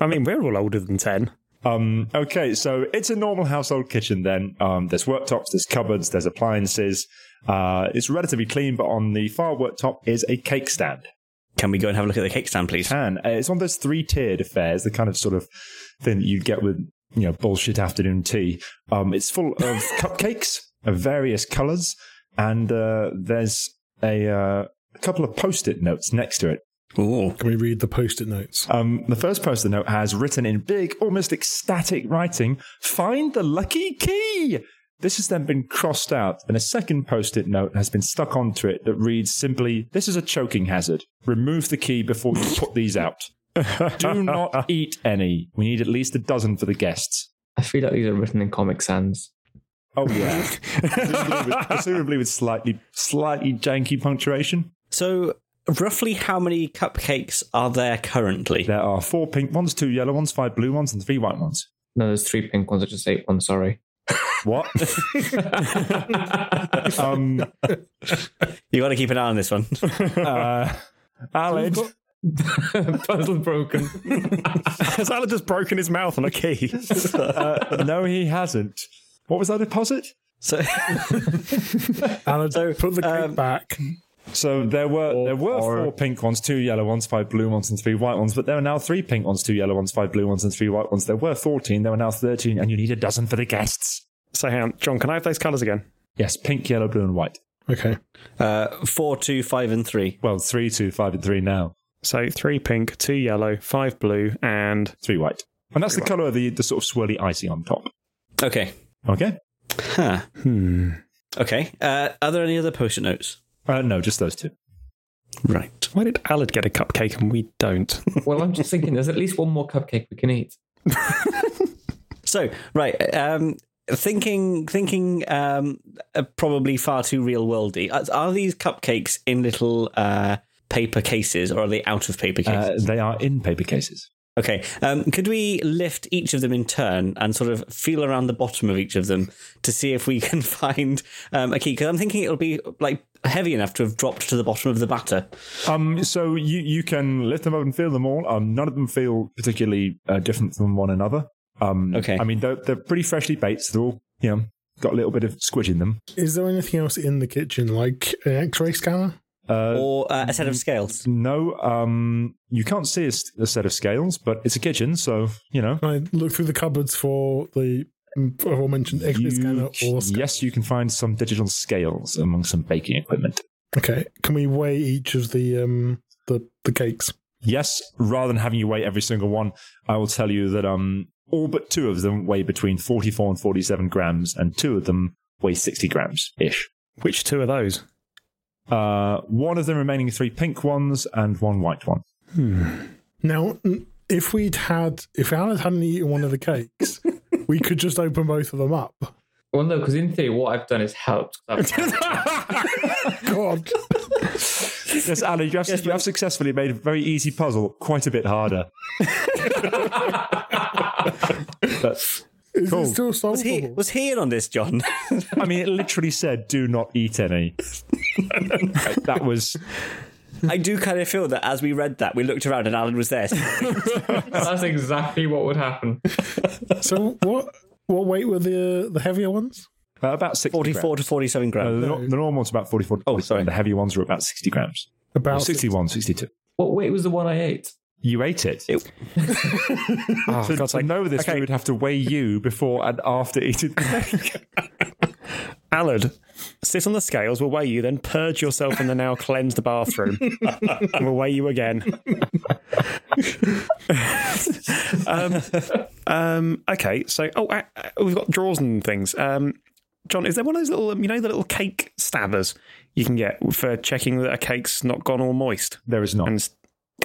[SPEAKER 2] I mean, we're all older than 10.
[SPEAKER 3] Um, okay, so it's a normal household kitchen then. Um, there's worktops, there's cupboards, there's appliances. Uh, it's relatively clean, but on the far worktop is a cake stand.
[SPEAKER 1] Can we go and have a look at the cake stand, please?
[SPEAKER 3] Can uh, it's one of those three tiered affairs, the kind of sort of thing that you get with you know bullshit afternoon tea. Um, it's full of cupcakes of various colours, and uh, there's a, uh, a couple of post-it notes next to it.
[SPEAKER 1] Ooh.
[SPEAKER 4] Can we read the post it notes?
[SPEAKER 3] Um, the first post-it note has written in big, almost ecstatic writing, "Find the lucky key." This has then been crossed out, and a second post-it note has been stuck onto it that reads simply, "This is a choking hazard. Remove the key before you put these out. Do not eat any. We need at least a dozen for the guests."
[SPEAKER 5] I feel like these are written in Comic Sans.
[SPEAKER 3] Oh yeah, presumably, with, presumably with slightly, slightly janky punctuation.
[SPEAKER 1] So, roughly how many cupcakes are there currently?
[SPEAKER 3] There are four pink ones, two yellow ones, five blue ones, and three white ones.
[SPEAKER 5] No, there's three pink ones. I just ate one. Sorry.
[SPEAKER 3] What? um,
[SPEAKER 1] You got to keep an eye on this one.
[SPEAKER 3] uh, Alan,
[SPEAKER 5] Puzzle broken.
[SPEAKER 2] Has Alan just broken his mouth on a key?
[SPEAKER 3] uh, no, he hasn't. What was that deposit?
[SPEAKER 1] So,
[SPEAKER 4] And
[SPEAKER 1] So,
[SPEAKER 4] put the cake
[SPEAKER 1] um,
[SPEAKER 4] back.
[SPEAKER 3] So there were there were four pink ones, two yellow ones, five blue ones, and three white ones. But there are now three pink ones, two yellow ones, five blue ones, and three white ones. There were fourteen. There are now thirteen, and you need a dozen for the guests.
[SPEAKER 2] so, hang on. John, can I have those colours again?
[SPEAKER 3] Yes, pink, yellow, blue, and white.
[SPEAKER 4] Okay.
[SPEAKER 1] Uh, four, two, five, and three.
[SPEAKER 3] Well, three, two, five, and three now.
[SPEAKER 2] So three pink, two yellow, five blue, and
[SPEAKER 3] Three white. And that's the colour of the, the sort of swirly icing on top.
[SPEAKER 1] Okay.
[SPEAKER 3] Okay.
[SPEAKER 1] Huh.
[SPEAKER 2] hmm.
[SPEAKER 1] Okay. Uh, are there any other post-it notes?
[SPEAKER 3] Uh, no, just those two.
[SPEAKER 1] Right.
[SPEAKER 2] Why did Allard get a cupcake and we don't?
[SPEAKER 5] Well, I'm just thinking there's at least one more cupcake we can eat.
[SPEAKER 1] So, right. Um, thinking, thinking. Um, uh, probably far too real worldy. Are, are these cupcakes in little uh, paper cases, or are they out of paper
[SPEAKER 3] Uh,
[SPEAKER 1] cases?
[SPEAKER 3] they are in paper cases.
[SPEAKER 1] Okay. Um, could we lift each of them in turn and sort of feel around the bottom of each of them to see if we can find um, a key? Because I'm thinking it'll be like heavy enough to have dropped to the bottom of the batter.
[SPEAKER 3] Um, so you, you can lift them up and feel them all. Um, none of them feel particularly uh, different from one another. Um,
[SPEAKER 1] Okay.
[SPEAKER 3] I mean, they're, they're pretty freshly baked. So they're all, you know, got a little bit of squidge in them.
[SPEAKER 4] Is there anything else in the kitchen, like an X-ray scanner?
[SPEAKER 3] Uh,
[SPEAKER 1] or uh, a set of scales.
[SPEAKER 3] no, um, you can't see a, s- a set of scales, but it's a kitchen, so you know.
[SPEAKER 4] Can I look through the cupboards for the aforementioned X-ray
[SPEAKER 3] You
[SPEAKER 4] scanner
[SPEAKER 3] c-
[SPEAKER 4] or? sc-
[SPEAKER 3] yes, you can find some digital scales among some baking equipment.
[SPEAKER 4] Okay. Can we weigh each of the um the the cakes?
[SPEAKER 3] Yes, rather than having you weigh every single one, I will tell you that um, all but two of them weigh between forty-four and forty-seven grams, and two of them weigh sixty grams ish.
[SPEAKER 2] Which two are those?
[SPEAKER 3] Uh, one of the remaining three pink ones and one white one.
[SPEAKER 4] Now, n- if we'd had, if Alan hadn't eaten one of the cakes, we could just open both of them up.
[SPEAKER 5] Well, no, because in theory, what I've done is helped. 'cause I've-
[SPEAKER 4] God,
[SPEAKER 3] Yes, Alan, you have, you have successfully made a very easy puzzle quite a bit harder. But-
[SPEAKER 4] is
[SPEAKER 3] Cool.
[SPEAKER 4] it still solvable?
[SPEAKER 1] Was he was he in on this, John?
[SPEAKER 3] I mean, it literally said, "Do not eat any." that was
[SPEAKER 1] I do kind of feel that as we read that, we looked around and Alan was there.
[SPEAKER 5] That's exactly what would happen.
[SPEAKER 4] so what? What weight were the the heavier ones?
[SPEAKER 3] uh, about sixty.
[SPEAKER 1] Forty-four to forty-seven
[SPEAKER 3] grams. Uh,
[SPEAKER 1] grams.
[SPEAKER 3] the, nor- the normal one's about forty-four. Oh, sorry, the heavy ones were about sixty grams.
[SPEAKER 4] About
[SPEAKER 3] 61, 62.
[SPEAKER 5] What weight was the one I ate?
[SPEAKER 3] You ate it.
[SPEAKER 1] It-
[SPEAKER 2] Oh,
[SPEAKER 3] to,
[SPEAKER 2] God's
[SPEAKER 3] to
[SPEAKER 2] sake.
[SPEAKER 3] know this,
[SPEAKER 2] Okay.
[SPEAKER 3] we would have to weigh you before and after eating.
[SPEAKER 2] Allard, sit on the scales, we'll weigh you, then purge yourself in the now cleansed bathroom. And we'll weigh you again. um, um, okay, so, oh, uh, uh, we've got drawers and things. Um, John, is there one of those little, um, you know, the little cake stabbers you can get for checking that a cake's not gone all moist?
[SPEAKER 3] there is not.
[SPEAKER 2] And, s-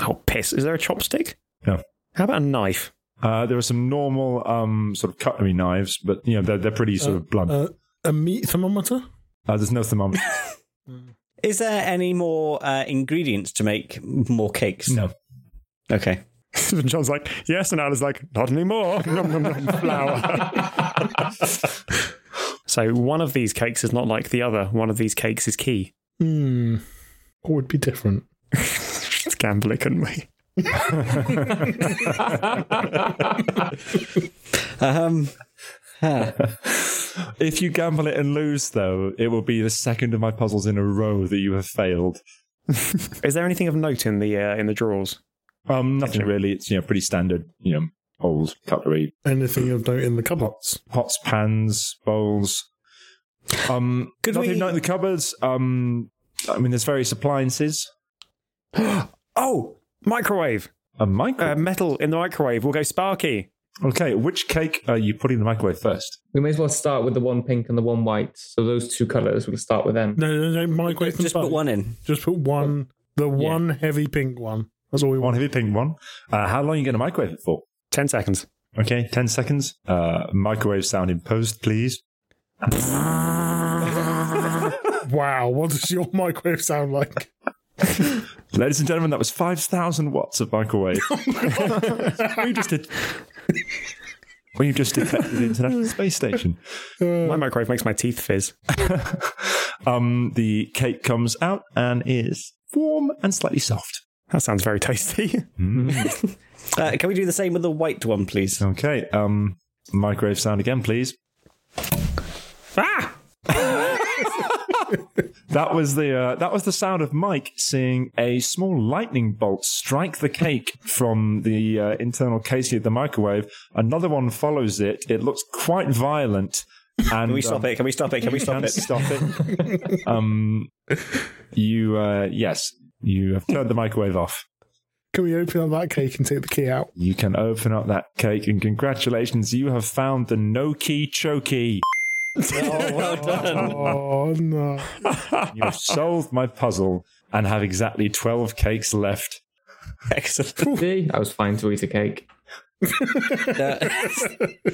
[SPEAKER 2] oh, piss. Is there a chopstick?
[SPEAKER 3] No.
[SPEAKER 2] How about a knife?
[SPEAKER 3] Uh, there are some normal um, sort of cutlery knives, but you know they're, they're pretty sort of blunt. Uh,
[SPEAKER 4] uh, a meat thermometer.
[SPEAKER 3] there's no thermometer.
[SPEAKER 1] Is there any more uh, ingredients to make more cakes?
[SPEAKER 3] no.
[SPEAKER 1] Okay.
[SPEAKER 2] and John's like, yes. And Alan's like, not anymore. Nom, nom, nom, flour. so one of these cakes is not like the other. One of these cakes is key.
[SPEAKER 4] Hmm. What would be different?
[SPEAKER 2] Let's gamble it, couldn't we?
[SPEAKER 1] Um,
[SPEAKER 3] If you gamble it and lose, though, it will be the second of my puzzles in a row that you have failed.
[SPEAKER 2] Is there anything of note in the uh, in the drawers?
[SPEAKER 3] Um, nothing really. It's you know pretty standard. You know, old cutlery,
[SPEAKER 4] Anything of note in the cupboards?
[SPEAKER 3] pots, pans, bowls. Um,
[SPEAKER 1] Could
[SPEAKER 3] nothing
[SPEAKER 1] we-
[SPEAKER 3] not in the cupboards. Um, I mean, there's various appliances.
[SPEAKER 2] Oh, microwave.
[SPEAKER 3] A microwave.
[SPEAKER 2] Uh, metal in the microwave. We'll go sparky.
[SPEAKER 3] okay, which cake are you putting in the microwave first?
[SPEAKER 5] We may as well start with the one pink and the one white. So those two colours, we'll start with them.
[SPEAKER 4] No, no, no. Microwave them
[SPEAKER 1] just put
[SPEAKER 4] both.
[SPEAKER 1] one in.
[SPEAKER 4] Just put one. The one heavy pink one. That's all we
[SPEAKER 3] One
[SPEAKER 4] want.
[SPEAKER 3] heavy pink one. Uh, how long are you going to microwave it for?
[SPEAKER 2] Ten seconds.
[SPEAKER 3] Okay, 10 seconds. Uh, microwave sound imposed, please.
[SPEAKER 4] Wow. What does your microwave sound like?
[SPEAKER 3] Ladies and gentlemen, that was 5,000 watts of microwave. we just did. We just detected the International Space Station.
[SPEAKER 2] My microwave makes my teeth fizz.
[SPEAKER 3] Um, the cake comes out and is warm and slightly soft.
[SPEAKER 2] That sounds very tasty.
[SPEAKER 1] Uh, can we do the same with the white one, please?
[SPEAKER 3] Okay, um, microwave sound again, please.
[SPEAKER 2] ah,
[SPEAKER 3] That was the uh, that was the sound of Mike seeing a small lightning bolt strike the cake from the uh, internal casing of the microwave. Another one follows it. It looks quite violent, And um,
[SPEAKER 1] Can we stop it? Can we stop it? Can we stop
[SPEAKER 3] Can't
[SPEAKER 1] it?
[SPEAKER 3] stop it. um, you uh, yes, you have turned the microwave off.
[SPEAKER 4] Can we open up that cake and take the key out?
[SPEAKER 3] You can open up that cake, and congratulations, you have found the no key chokey.
[SPEAKER 1] Oh, well done.
[SPEAKER 4] Oh no!
[SPEAKER 3] You have solved my puzzle and have exactly twelve cakes left.
[SPEAKER 1] Excellent.
[SPEAKER 5] See, I was fine to eat a cake.
[SPEAKER 1] Uh,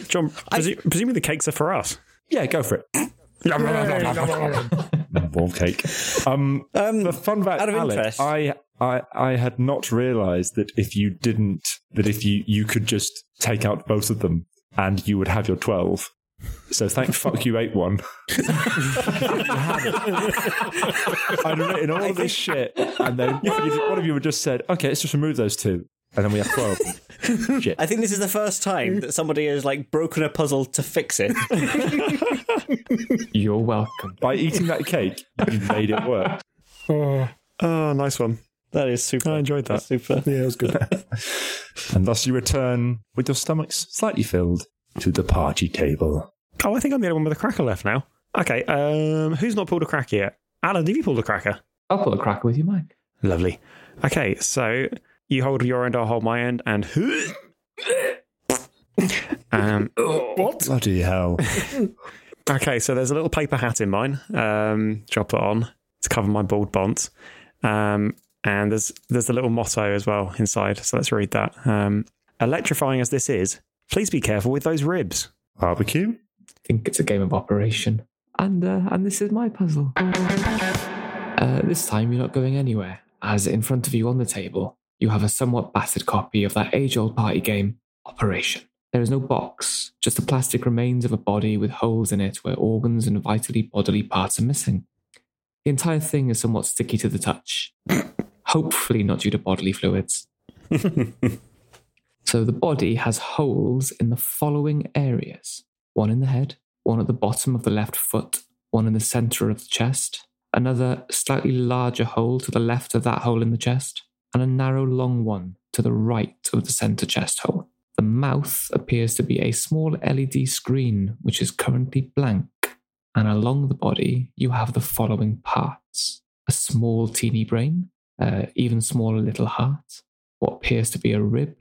[SPEAKER 2] John, presu- presumably the cakes are for us.
[SPEAKER 3] Yeah, go for it.
[SPEAKER 4] Hey,
[SPEAKER 3] Warm cake. Um,
[SPEAKER 1] um,
[SPEAKER 3] the fun fact,
[SPEAKER 1] Out of
[SPEAKER 3] Alex,
[SPEAKER 1] interest.
[SPEAKER 3] I, I, I had not realised that if you didn't, that if you you could just take out both of them and you would have your twelve. So thank fuck you ate one. I'd written all this shit, and then one of, you, one of you would just said, "Okay, let's just remove those two, and then we have 12.
[SPEAKER 1] I think this is the first time that somebody has like broken a puzzle to fix it.
[SPEAKER 5] You're welcome.
[SPEAKER 3] By eating that cake, you made it work.
[SPEAKER 4] oh,
[SPEAKER 2] Oh, nice one.
[SPEAKER 1] That is super.
[SPEAKER 2] I enjoyed that.
[SPEAKER 1] Super.
[SPEAKER 4] yeah, it was good.
[SPEAKER 3] And thus you return with your stomachs slightly filled to the party table.
[SPEAKER 2] Oh, I think I'm the only one with a cracker left now. Okay, um, who's not pulled a cracker yet? Alan, have you pulled a cracker?
[SPEAKER 5] I'll pull a cracker with you, Mike.
[SPEAKER 2] Lovely. Okay, so you hold your end, I'll hold my end, and um,
[SPEAKER 4] what?
[SPEAKER 3] Bloody hell.
[SPEAKER 2] okay, so there's a little paper hat in mine. Um, which I'll put on to cover my bald bont. Um, and there's there's the little motto as well inside. So let's read that. Um, electrifying as this is, please be careful with those ribs.
[SPEAKER 3] Barbecue?
[SPEAKER 5] I think it's a game of operation. And uh, and this is my puzzle. Uh, this time you're not going anywhere, as in front of you on the table, you have a somewhat battered copy of that age-old party game, Operation. There is no box, just the plastic remains of a body with holes in it where organs and vitally bodily parts are missing. The entire thing is somewhat sticky to the touch, hopefully not due to bodily fluids. So the body has holes in the following areas one in the head, one at the bottom of the left foot, one in the center of the chest, another slightly larger hole to the left of that hole in the chest, and a narrow long one to the right of the center chest hole. The mouth appears to be a small LED screen, which is currently blank. And along the body, you have the following parts a small, teeny brain, uh, even smaller little heart, what appears to be a rib,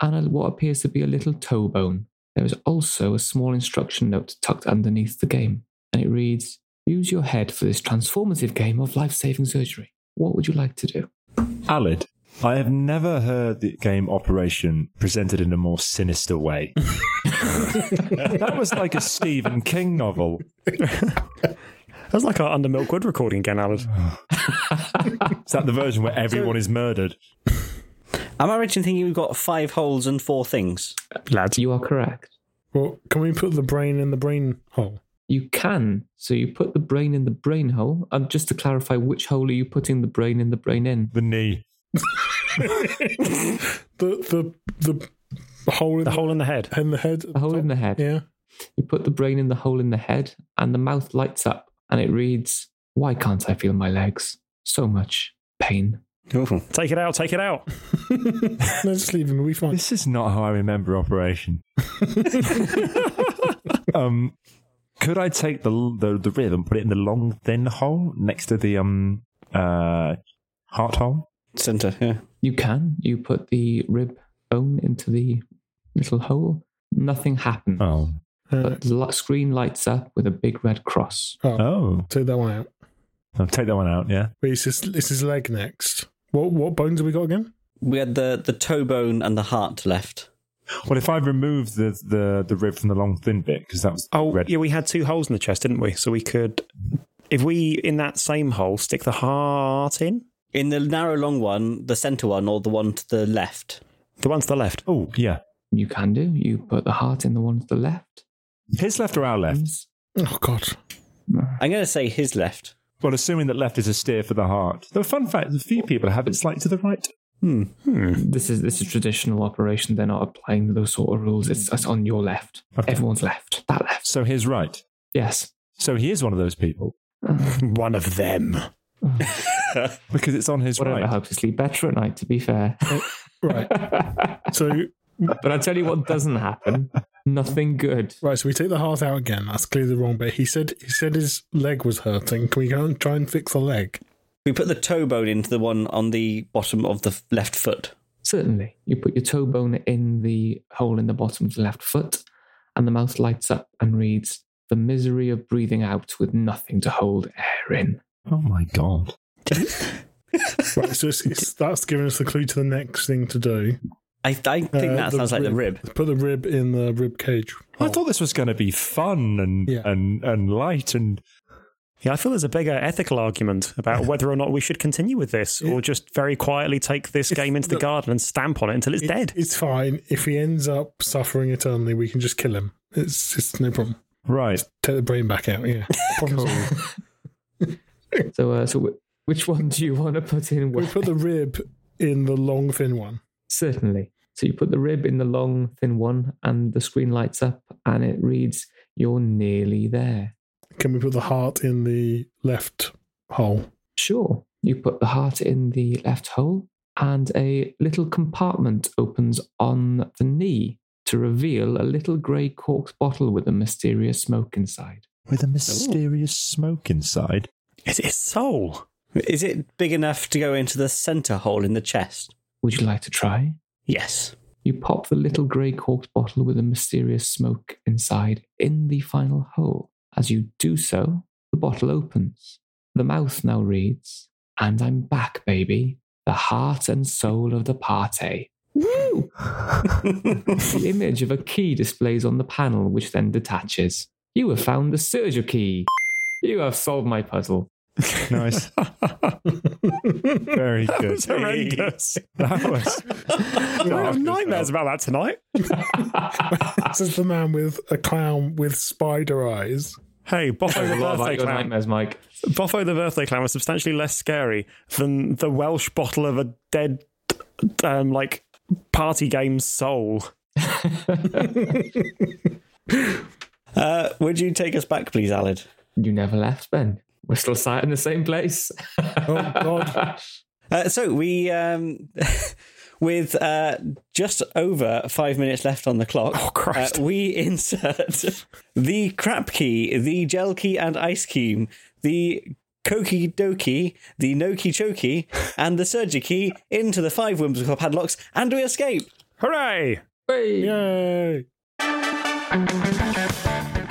[SPEAKER 5] and a- what appears to be a little toe bone. There is also a small instruction note tucked underneath the game, and it reads Use your head for this transformative game of life saving surgery. What would you like to do?
[SPEAKER 3] Alid, I have never heard the game Operation presented in a more sinister way. that was like a Stephen King novel.
[SPEAKER 2] That's like our Under Milkwood recording again, Alan.
[SPEAKER 3] Is that the version where everyone is murdered?
[SPEAKER 1] Am I right in thinking we've got five holes and four things?
[SPEAKER 2] Lads,
[SPEAKER 5] You are correct.
[SPEAKER 4] Well, can we put the brain in the brain hole?
[SPEAKER 5] You can. So you put the brain in the brain hole. Um, just to clarify, which hole are you putting the brain in the brain in?
[SPEAKER 3] The knee.
[SPEAKER 4] The the the hole in
[SPEAKER 2] the
[SPEAKER 4] the,
[SPEAKER 2] hole in the head.
[SPEAKER 4] in the head. at
[SPEAKER 5] The hole in the
[SPEAKER 4] top?
[SPEAKER 5] head.
[SPEAKER 4] Yeah.
[SPEAKER 5] You put the brain in the hole in the head, and the mouth lights up, and it reads, Why can't I feel my legs? So much pain.
[SPEAKER 2] Take it out, take it out.
[SPEAKER 4] No, just leave him. We fine.
[SPEAKER 3] This is not how I remember Operation. um, could I take the, the the rib and put it in the long thin hole next to the um uh heart hole?
[SPEAKER 1] Center, yeah.
[SPEAKER 5] You can. You put the rib bone into the little hole. Nothing happens.
[SPEAKER 3] Oh,
[SPEAKER 4] Uh,
[SPEAKER 5] But the li- screen lights up with a big red cross.
[SPEAKER 3] oh,
[SPEAKER 4] take that one out.
[SPEAKER 3] I'll take that one out. Yeah,
[SPEAKER 4] Wait, it's his, it's his leg next. What what bones have we got again?
[SPEAKER 1] We had the, the toe bone and the heart left.
[SPEAKER 3] Well, if I remove the the, the rib from the long thin bit, because that was
[SPEAKER 2] Oh,
[SPEAKER 3] red.
[SPEAKER 2] yeah, we had two holes in the chest, didn't we? So we could, if we in that same hole stick the heart in,
[SPEAKER 1] In the narrow long one, the center one, or the one to the left.
[SPEAKER 2] the one to the left.
[SPEAKER 3] Oh, yeah.
[SPEAKER 5] You can do. You put the heart in the one to the left.
[SPEAKER 3] His left or our left?
[SPEAKER 2] Mm-hmm.
[SPEAKER 4] Oh God,
[SPEAKER 1] I'm going to say his left.
[SPEAKER 3] Well, assuming that left is a steer for the heart. The fun fact: a few people have it slightly to the right.
[SPEAKER 5] This is this is traditional operation. They're not applying those sort of rules. It's, it's on your left. Everyone's left. That left.
[SPEAKER 3] So his right.
[SPEAKER 5] Yes.
[SPEAKER 3] So he is one of those people
[SPEAKER 2] One of them.
[SPEAKER 3] because it's on his
[SPEAKER 5] Whatever
[SPEAKER 3] right.
[SPEAKER 5] helps you sleep better at night, to be fair.
[SPEAKER 4] right. so
[SPEAKER 5] but I'll tell you what doesn't happen. Nothing good.
[SPEAKER 4] Right, so we take the heart out again. That's clearly the wrong bit. He said he said his leg was hurting. Can we go and try and fix the leg?
[SPEAKER 1] We put the toe bone into the one on the bottom of the f- left foot.
[SPEAKER 5] Certainly, you put your toe bone in the hole in the bottom of the left foot, and the mouth lights up and reads, The misery of breathing out with nothing to hold air in.
[SPEAKER 3] Oh my god.
[SPEAKER 4] Right, so it's, it's, that's giving us the clue to the next thing to do.
[SPEAKER 1] I, I think
[SPEAKER 4] Uh,
[SPEAKER 1] that
[SPEAKER 4] the
[SPEAKER 1] sounds like the
[SPEAKER 4] rib.
[SPEAKER 1] rib.
[SPEAKER 4] Put the rib in the rib cage.
[SPEAKER 2] Oh.
[SPEAKER 3] I thought this was going to be fun and
[SPEAKER 4] Yeah.
[SPEAKER 3] and and light and
[SPEAKER 2] Yeah, I feel there's a bigger ethical argument about whether or not we should continue with this or just very quietly take this game into the garden and stamp on it until it's
[SPEAKER 4] It-
[SPEAKER 2] dead.
[SPEAKER 4] It's fine. If he ends up suffering eternally, we can just kill him. It's it's no problem.
[SPEAKER 3] right.
[SPEAKER 4] Take the brain back out. Yeah. Problem solved.
[SPEAKER 5] So, uh, so w- which one do you want to put in?
[SPEAKER 4] we
[SPEAKER 5] Where?
[SPEAKER 4] put the rib in the long thin one.
[SPEAKER 5] Certainly. So you put the rib in the long, thin one, and the screen lights up and it reads, You're nearly there.
[SPEAKER 4] Can we put the heart in the left hole?
[SPEAKER 5] Sure. You put the heart in the left hole, and a little compartment opens on the knee to reveal a little grey corked bottle with a mysterious smoke inside.
[SPEAKER 3] With a mysterious smoke inside.
[SPEAKER 2] It's its soul.
[SPEAKER 1] Is it big enough to go into the centre hole in the chest?
[SPEAKER 5] Would you like to try?
[SPEAKER 1] Yes.
[SPEAKER 5] You pop the little grey corked bottle with a mysterious smoke inside in the final hole. As you do so, the bottle opens. The mouth now reads, And I'm back, baby, the heart and soul of the party. Woo! the image of a key displays on the panel, which then detaches. You have found the Sergio key. You have solved my puzzle.
[SPEAKER 3] Nice. Very
[SPEAKER 2] That
[SPEAKER 3] good.
[SPEAKER 2] was horrendous.
[SPEAKER 3] That was
[SPEAKER 2] I'm gonna have nightmares about that tonight.
[SPEAKER 4] This is the man with a clown with spider eyes.
[SPEAKER 2] Hey, Boffo the birthday
[SPEAKER 5] your
[SPEAKER 2] clown.
[SPEAKER 5] nightmares, Mike.
[SPEAKER 2] Boffo the birthday clown was substantially less scary than the Welsh bottle of a dead, um, like party game soul.
[SPEAKER 1] Uh, would you take us back, please, Alid?
[SPEAKER 5] You never left, Ben. We're still sat in the same place.
[SPEAKER 4] Oh God!
[SPEAKER 1] Uh, so we, um, with uh, just over five minutes left on the clock,
[SPEAKER 2] Oh, Christ.
[SPEAKER 1] Uh, we insert the crap key, the gel key and ice key, the koki doki, the noki choki, and the surgi key into the five whimsical padlocks, and we escape.
[SPEAKER 2] Hooray!
[SPEAKER 5] Hey.
[SPEAKER 4] Yay!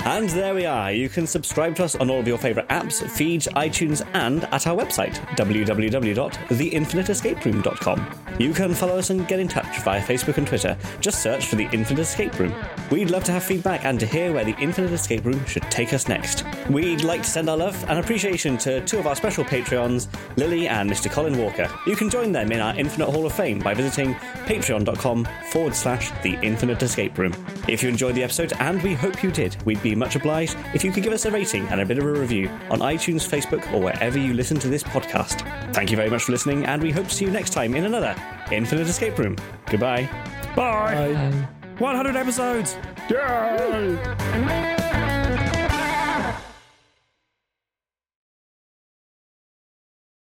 [SPEAKER 1] And there we are. You can subscribe to us on all of your favourite apps, feeds, iTunes, and at our website, www.theinfiniteescaperoom.com. You can follow us and get in touch via Facebook and Twitter. Just search for The Infinite Escape Room. We'd love to have feedback and to hear where The Infinite Escape Room should take us next. We'd like to send our love and appreciation to two of our special Patreons, Lily and Mr. Colin Walker. You can join them in our Infinite Hall of Fame by visiting patreon.com forward slash The Infinite Escape Room. If you enjoyed the episode, and we hope you did, we'd be much obliged if you could give us a rating and a bit of a review on iTunes, Facebook, or wherever you listen to this podcast. Thank you very much for listening, and we hope to see you next time in another Infinite Escape Room. Goodbye.
[SPEAKER 2] Bye.
[SPEAKER 5] Hey.
[SPEAKER 2] 100 episodes.
[SPEAKER 4] Yay!
[SPEAKER 6] Thank you.